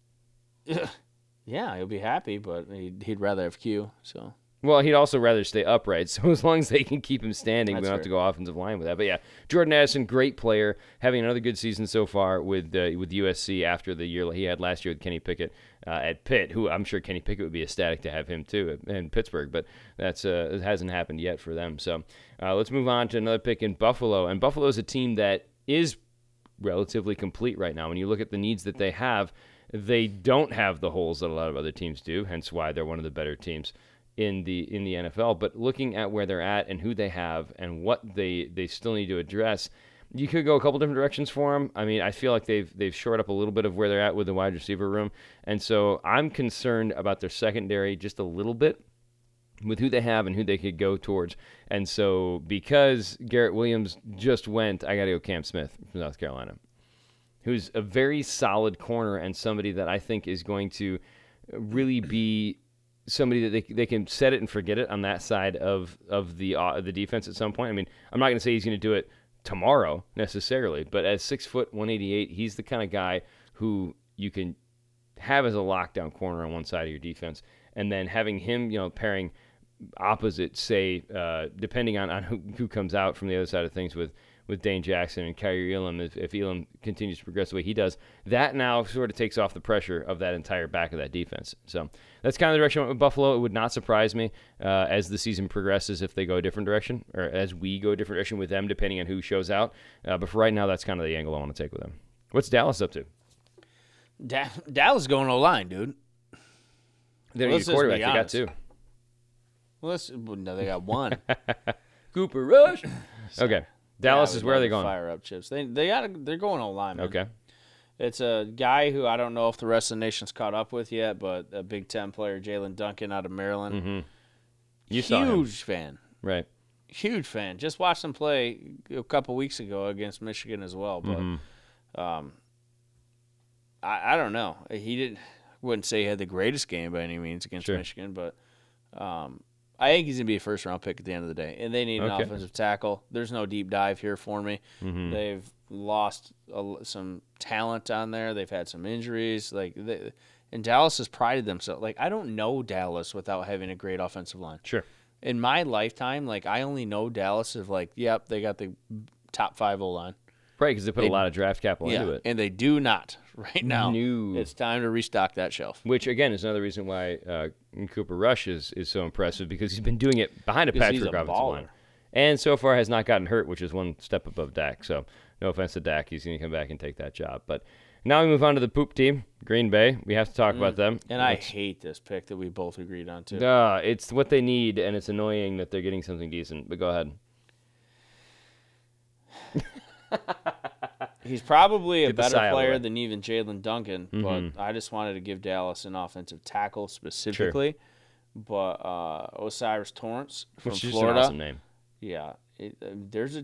Speaker 2: Yeah, he'll be happy, but he'd, he'd rather have Q. So
Speaker 1: Well, he'd also rather stay upright. So as long as they can keep him standing, we
Speaker 2: That's
Speaker 1: don't have to go offensive line with that. But yeah, Jordan Addison, great player, having another good season so far with uh, with USC after the year he had last year with Kenny Pickett uh, at Pitt. Who I'm sure Kenny Pickett would be ecstatic to have him too uh, in Pittsburgh. But that's uh, it hasn't happened yet for them. So uh, let's move on to another pick in Buffalo. And Buffalo's a team that is relatively complete right now. When you look at the needs that they have, they don't have the holes that a lot of other teams do. Hence why they're one of the better teams in the in the NFL. But looking at where they're at and who they have and what they they still need to address, you could go a couple different directions for them. I mean, I feel like they've they've shored up a little bit of where they're at with the wide receiver room, and so I'm concerned about their secondary just a little bit with who they have and who they could go towards. And so because Garrett Williams just went, I got to go Cam Smith from South Carolina, who's a very solid corner and somebody that I think is going to really be somebody that they, they can set it and forget it on that side of of the uh, the defense at some point. I mean, I'm not going to say he's going to do it tomorrow necessarily, but at six foot 188, he's the kind of guy who you can have as a lockdown corner on one side of your defense, and then having him, you know, pairing opposite, say, uh, depending on, on who, who comes out from the other side of things with with Dane Jackson and Kyrie Elam, if, if Elam continues to progress the way he does, that now sort of takes off the pressure of that entire back of that defense. So that's kind of the direction I went with Buffalo. It would not surprise me uh, as the season progresses if they go a different direction, or as we go a different direction with them, depending on who shows out. Uh, but for right now, that's kind of the angle I want to take with them. What's Dallas up to?
Speaker 2: da- Dallas going O line, dude.
Speaker 1: They
Speaker 2: Well,
Speaker 1: need a
Speaker 2: let's just
Speaker 1: quarterback.
Speaker 2: be
Speaker 1: They got
Speaker 2: honest.
Speaker 1: two.
Speaker 2: Well, let's, well, no, they got one.
Speaker 1: Cooper Rush. okay. Dallas
Speaker 2: Yeah,
Speaker 1: is
Speaker 2: we'd
Speaker 1: where
Speaker 2: love
Speaker 1: are they
Speaker 2: to
Speaker 1: going?
Speaker 2: Fire up chips. They they got they're going O line. man.
Speaker 1: Okay.
Speaker 2: It's a guy who I don't know if the rest of the nation's caught up with yet, but a Big Ten player, Jalen Duncan out of Maryland.
Speaker 1: Mm-hmm. You
Speaker 2: Huge
Speaker 1: saw him.
Speaker 2: fan.
Speaker 1: Right.
Speaker 2: Huge fan. Just watched him play a couple weeks ago against Michigan as well. But um,
Speaker 1: Mm-hmm.
Speaker 2: I, I don't know. He didn't wouldn't say he had the greatest game by any means against
Speaker 1: Sure.
Speaker 2: Michigan, but um, I think he's gonna be a first round pick at the end of the day. And they need an
Speaker 1: Okay. Mm-hmm.
Speaker 2: offensive tackle. There's no deep dive here for me. They've lost a l some talent on there. They've had some injuries. Like they, and Dallas has prided themselves. Like I don't know Dallas without having a great offensive line
Speaker 1: Sure.
Speaker 2: in my lifetime, like I only know Dallas of like, yep, they got the top five O line.
Speaker 1: Right, because they put a lot of draft capital into it.
Speaker 2: and they do not right now.
Speaker 1: No.
Speaker 2: It's time to restock that shelf.
Speaker 1: Which again is another reason why uh, Cooper Rush is, is so impressive because he's been doing it behind a
Speaker 2: Because
Speaker 1: patchwork
Speaker 2: he's a
Speaker 1: offensive
Speaker 2: baller.
Speaker 1: line, and so far has not gotten hurt, which is one step above Dak. So no offense to Dak, he's going to come back and take that job. But now we move on to the poop team, Green Bay. We have to talk
Speaker 2: Mm.
Speaker 1: about them.
Speaker 2: And I hate this pick that we both agreed on too.
Speaker 1: Uh, it's what they need, and it's annoying that they're getting something decent. But go ahead.
Speaker 2: He's probably a
Speaker 1: Get the
Speaker 2: better
Speaker 1: sigh out of the
Speaker 2: player
Speaker 1: way. Mm-hmm.
Speaker 2: than even Jalen Duncan, but I just wanted to give Dallas an offensive tackle specifically. But uh, Osiris Torrance from
Speaker 1: Which is just an
Speaker 2: Florida,
Speaker 1: awesome name.
Speaker 2: Yeah, it, uh, there's a.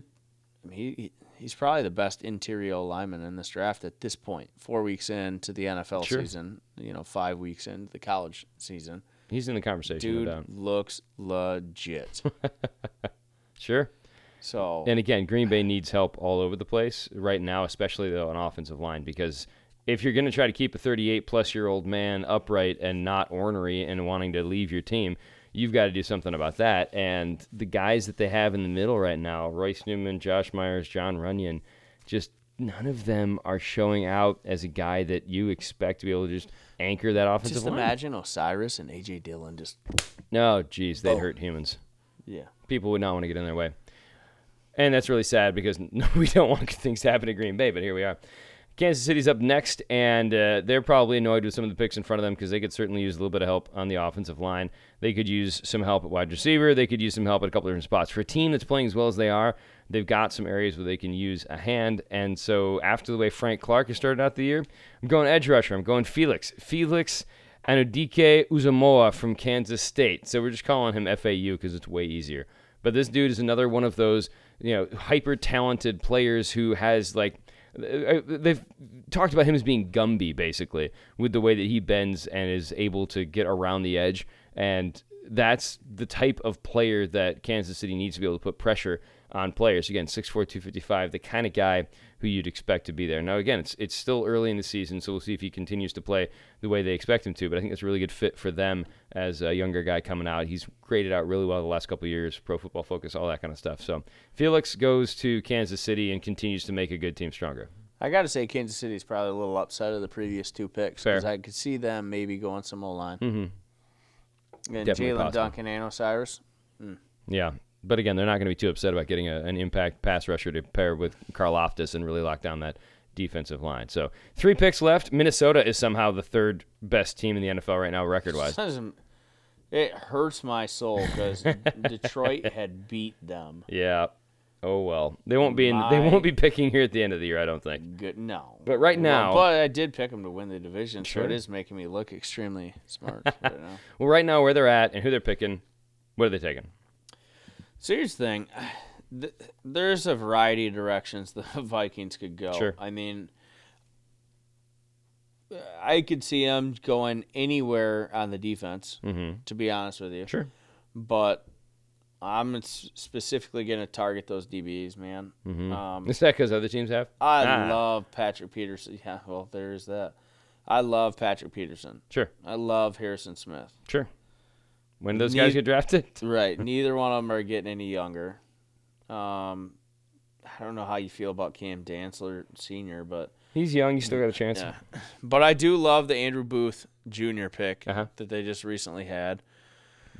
Speaker 2: I mean, he, he's probably the best interior lineman in this draft at this point. Four weeks into the NFL
Speaker 1: Sure.
Speaker 2: season, you know, five weeks into the college season,
Speaker 1: He's in the conversation, no
Speaker 2: dude
Speaker 1: doubt.
Speaker 2: looks legit.
Speaker 1: Sure.
Speaker 2: so
Speaker 1: And again, Green Bay needs help all over the place right now, especially though on offensive line, because if you're going to try to keep a 38 plus year old man upright and not ornery and wanting to leave your team, you've got to do something about that. And the guys that they have in the middle right now, Royce Newman, Josh Myers, John Runyon, just none of them are showing out as a guy that you expect to be able to just anchor that offensive
Speaker 2: just
Speaker 1: line.
Speaker 2: imagine Osiris and AJ Dillon just
Speaker 1: No, geez,
Speaker 2: Oh.
Speaker 1: they'd hurt humans.
Speaker 2: yeah.
Speaker 1: people would not want to get in their way. And that's really sad because we don't want good things to happen to Green Bay, but here we are. Kansas City's up next, and uh, they're probably annoyed with some of the picks in front of them because they could certainly use a little bit of help on the offensive line. They could use some help at wide receiver. They could use some help at a couple different spots. For a team that's playing as well as they are, They've got some areas where they can use a hand. And so after the way Frank Clark has started out the year, I'm going edge rusher. I'm going Felix. Felix Anudike Uzamoa from Kansas State. So we're just calling him FAU because it's way easier. But this dude is another one of those, you know, hyper talented players who has like uh, they've talked about him as being Gumby basically with the way that he bends and is able to get around the edge and that's the type of player that Kansas City needs to be able to put pressure on players again 6'4 255 the kind of guy who you'd expect to be there now again it's it's still early in the season so we'll see if he continues to play the way they expect him to but I think that's a really good fit for them as a younger guy coming out he's graded out really well the last couple years pro football focus all that kind of stuff so Felix goes to Kansas City and continues to make a good team stronger
Speaker 2: I got to say, Kansas City's probably a little upset of the previous two picks because I could see them maybe going some O line. Mm-hmm. And
Speaker 1: Definitely
Speaker 2: Jalen
Speaker 1: possible.
Speaker 2: Duncan and Osiris.
Speaker 1: yeah but again they're not going to be too upset about getting a, an impact pass rusher to pair with Karloftis and really lock down that defensive line so three picks left Minnesota is somehow the third best team in the NFL right now record wise
Speaker 2: Doesn't- It hurts my soul because Detroit had beat them.
Speaker 1: yeah oh well they won't be in, they
Speaker 2: My-
Speaker 1: won't be picking here at the end of the year I don't think
Speaker 2: Good, no.
Speaker 1: But right
Speaker 2: Well,
Speaker 1: now-
Speaker 2: but I did pick them to win the division, so
Speaker 1: Sure.
Speaker 2: it is making me look extremely smart right now.
Speaker 1: well right now where they're at and who they're picking what are they taking
Speaker 2: Serious thing, th- there's a variety of directions the Vikings could go.
Speaker 1: Sure.
Speaker 2: I mean, I could see them going anywhere on the defense.
Speaker 1: Mhm.
Speaker 2: To be honest with you,
Speaker 1: sure
Speaker 2: but I'm s- specifically going to target those DBs, man.
Speaker 1: Mm-hmm.
Speaker 2: Um,
Speaker 1: is that because other teams have
Speaker 2: I
Speaker 1: Ah,
Speaker 2: love Patrick Peterson. Yeah, well, there's that. I love Patrick Peterson.
Speaker 1: sure
Speaker 2: I love Harrison Smith.
Speaker 1: sure when those guys get
Speaker 2: Need-
Speaker 1: drafted
Speaker 2: Right. Neither one of them are getting any younger. Um, I don't know how you feel about Cam Dantzler Senior, but
Speaker 1: he's young you still got a chance
Speaker 2: yeah. but I do love the Andrew Booth Junior pick
Speaker 1: Uh-huh.
Speaker 2: that they just recently had.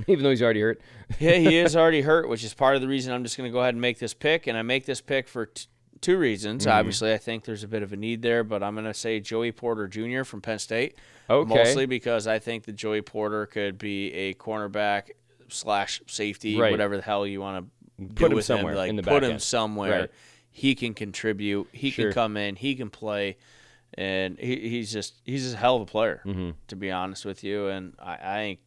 Speaker 1: even though he's already hurt
Speaker 2: Yeah, he is already hurt, which is part of the reason I'm just going to go ahead and make this pick. And I make this pick for t- two reasons.
Speaker 1: Mm-hmm.
Speaker 2: Obviously, I think there's a bit of a need there, but I'm going to say Joey Porter Jr. from Penn State.
Speaker 1: Okay.
Speaker 2: Mostly because I think that Joey Porter could be a cornerback slash safety,
Speaker 1: Right.
Speaker 2: whatever the hell you want to
Speaker 1: Put him
Speaker 2: with
Speaker 1: somewhere
Speaker 2: Like,
Speaker 1: in the back
Speaker 2: put him
Speaker 1: end.
Speaker 2: somewhere.
Speaker 1: Right.
Speaker 2: He can contribute. He
Speaker 1: Sure.
Speaker 2: can come in. He can play. And he, he's just he's just a hell of a player,
Speaker 1: Mm-hmm.
Speaker 2: to be honest with you. And I, I think,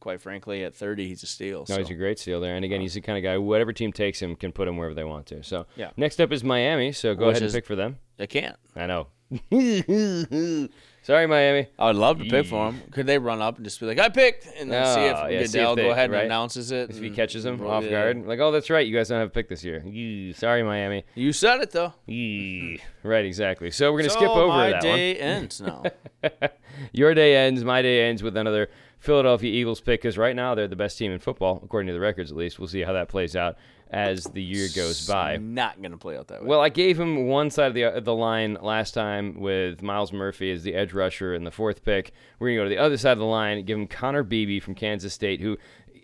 Speaker 2: quite frankly, at 30, he's a steal.
Speaker 1: No,
Speaker 2: so.
Speaker 1: he's a great steal there. And again, he's the kind of guy, whatever team takes him can put him wherever they want to. So
Speaker 2: Yeah.
Speaker 1: next up is Miami. So go
Speaker 2: Which
Speaker 1: ahead and
Speaker 2: is-
Speaker 1: pick for them.
Speaker 2: They can't.
Speaker 1: I know. Sorry, Miami.
Speaker 2: I would love to pick for him. Could they run up and just be like, "I picked," and then see
Speaker 1: Ah,
Speaker 2: if
Speaker 1: yeah, see if
Speaker 2: Goodell
Speaker 1: they-
Speaker 2: go ahead and
Speaker 1: right?
Speaker 2: announces it?
Speaker 1: If he catches him
Speaker 2: Well,
Speaker 1: off
Speaker 2: Mm, yeah.
Speaker 1: guard, like, oh, that's right. You guys don't have a pick this year. Yee. Sorry, Miami.
Speaker 2: you said it though.
Speaker 1: Yee. Right, exactly. So we're going to
Speaker 2: so
Speaker 1: skip over
Speaker 2: my
Speaker 1: that one.
Speaker 2: day ends now.
Speaker 1: Your day ends, my day ends with another Philadelphia Eagles pick because right now they're the best team in football, according to the records at least. We'll see how that plays out as the year goes by.
Speaker 2: I'm not gonna play out that way.
Speaker 1: Well, I gave him one side of the the line last time with Miles Murphy as the edge rusher in the fourth pick. We're gonna go to the other side of the line and give him Connor Beebe from Kansas State, who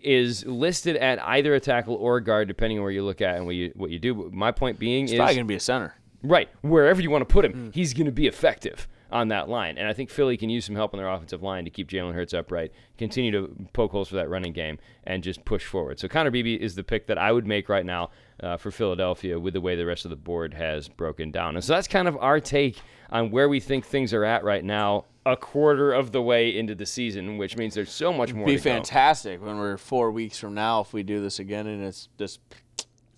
Speaker 1: is listed at either a tackle or a guard, depending on where you look at and what you what you do. My point being is
Speaker 2: Probably gonna be a center.
Speaker 1: Right. Wherever you want to put him,
Speaker 2: Mm.
Speaker 1: he's going to be effective on that line. And I think Philly can use some help on their offensive line to keep Jalen Hurts upright, continue to poke holes for that running game, and just push forward. So Connor Beebe is the pick that I would make right now uh, for Philadelphia with the way the rest of the board has broken down. And so that's kind of our take on where we think things are at right now, a quarter of the way into the season, which means there's so much more
Speaker 2: Be
Speaker 1: to go.
Speaker 2: fantastic when we're four weeks from now if we do this again and it's just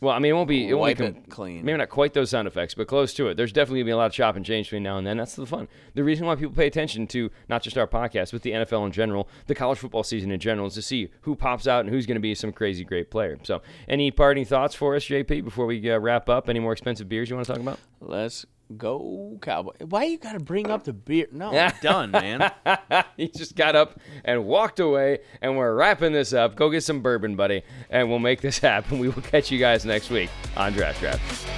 Speaker 1: Well, I mean, it won't be. It won't be
Speaker 2: Wipe
Speaker 1: com-
Speaker 2: it clean.
Speaker 1: Maybe not quite those sound effects, but close to it. There's definitely gonna be a lot of chop and change between now and then. That's the fun. The reason why people pay attention to not just our podcast, but the NFL in general, the college football season in general, is to see who pops out and who's gonna be some crazy great player. So, any parting thoughts for us, JP, before we uh, wrap up? Any more expensive beers you want to talk about?
Speaker 2: let's go cowboy. Why you gotta bring up the beer? No, I'm done, man.
Speaker 1: he just got up and walked away, and we're wrapping this up. Go get some bourbon, buddy, and we'll make this happen. We will catch you guys next week on Draft Draft.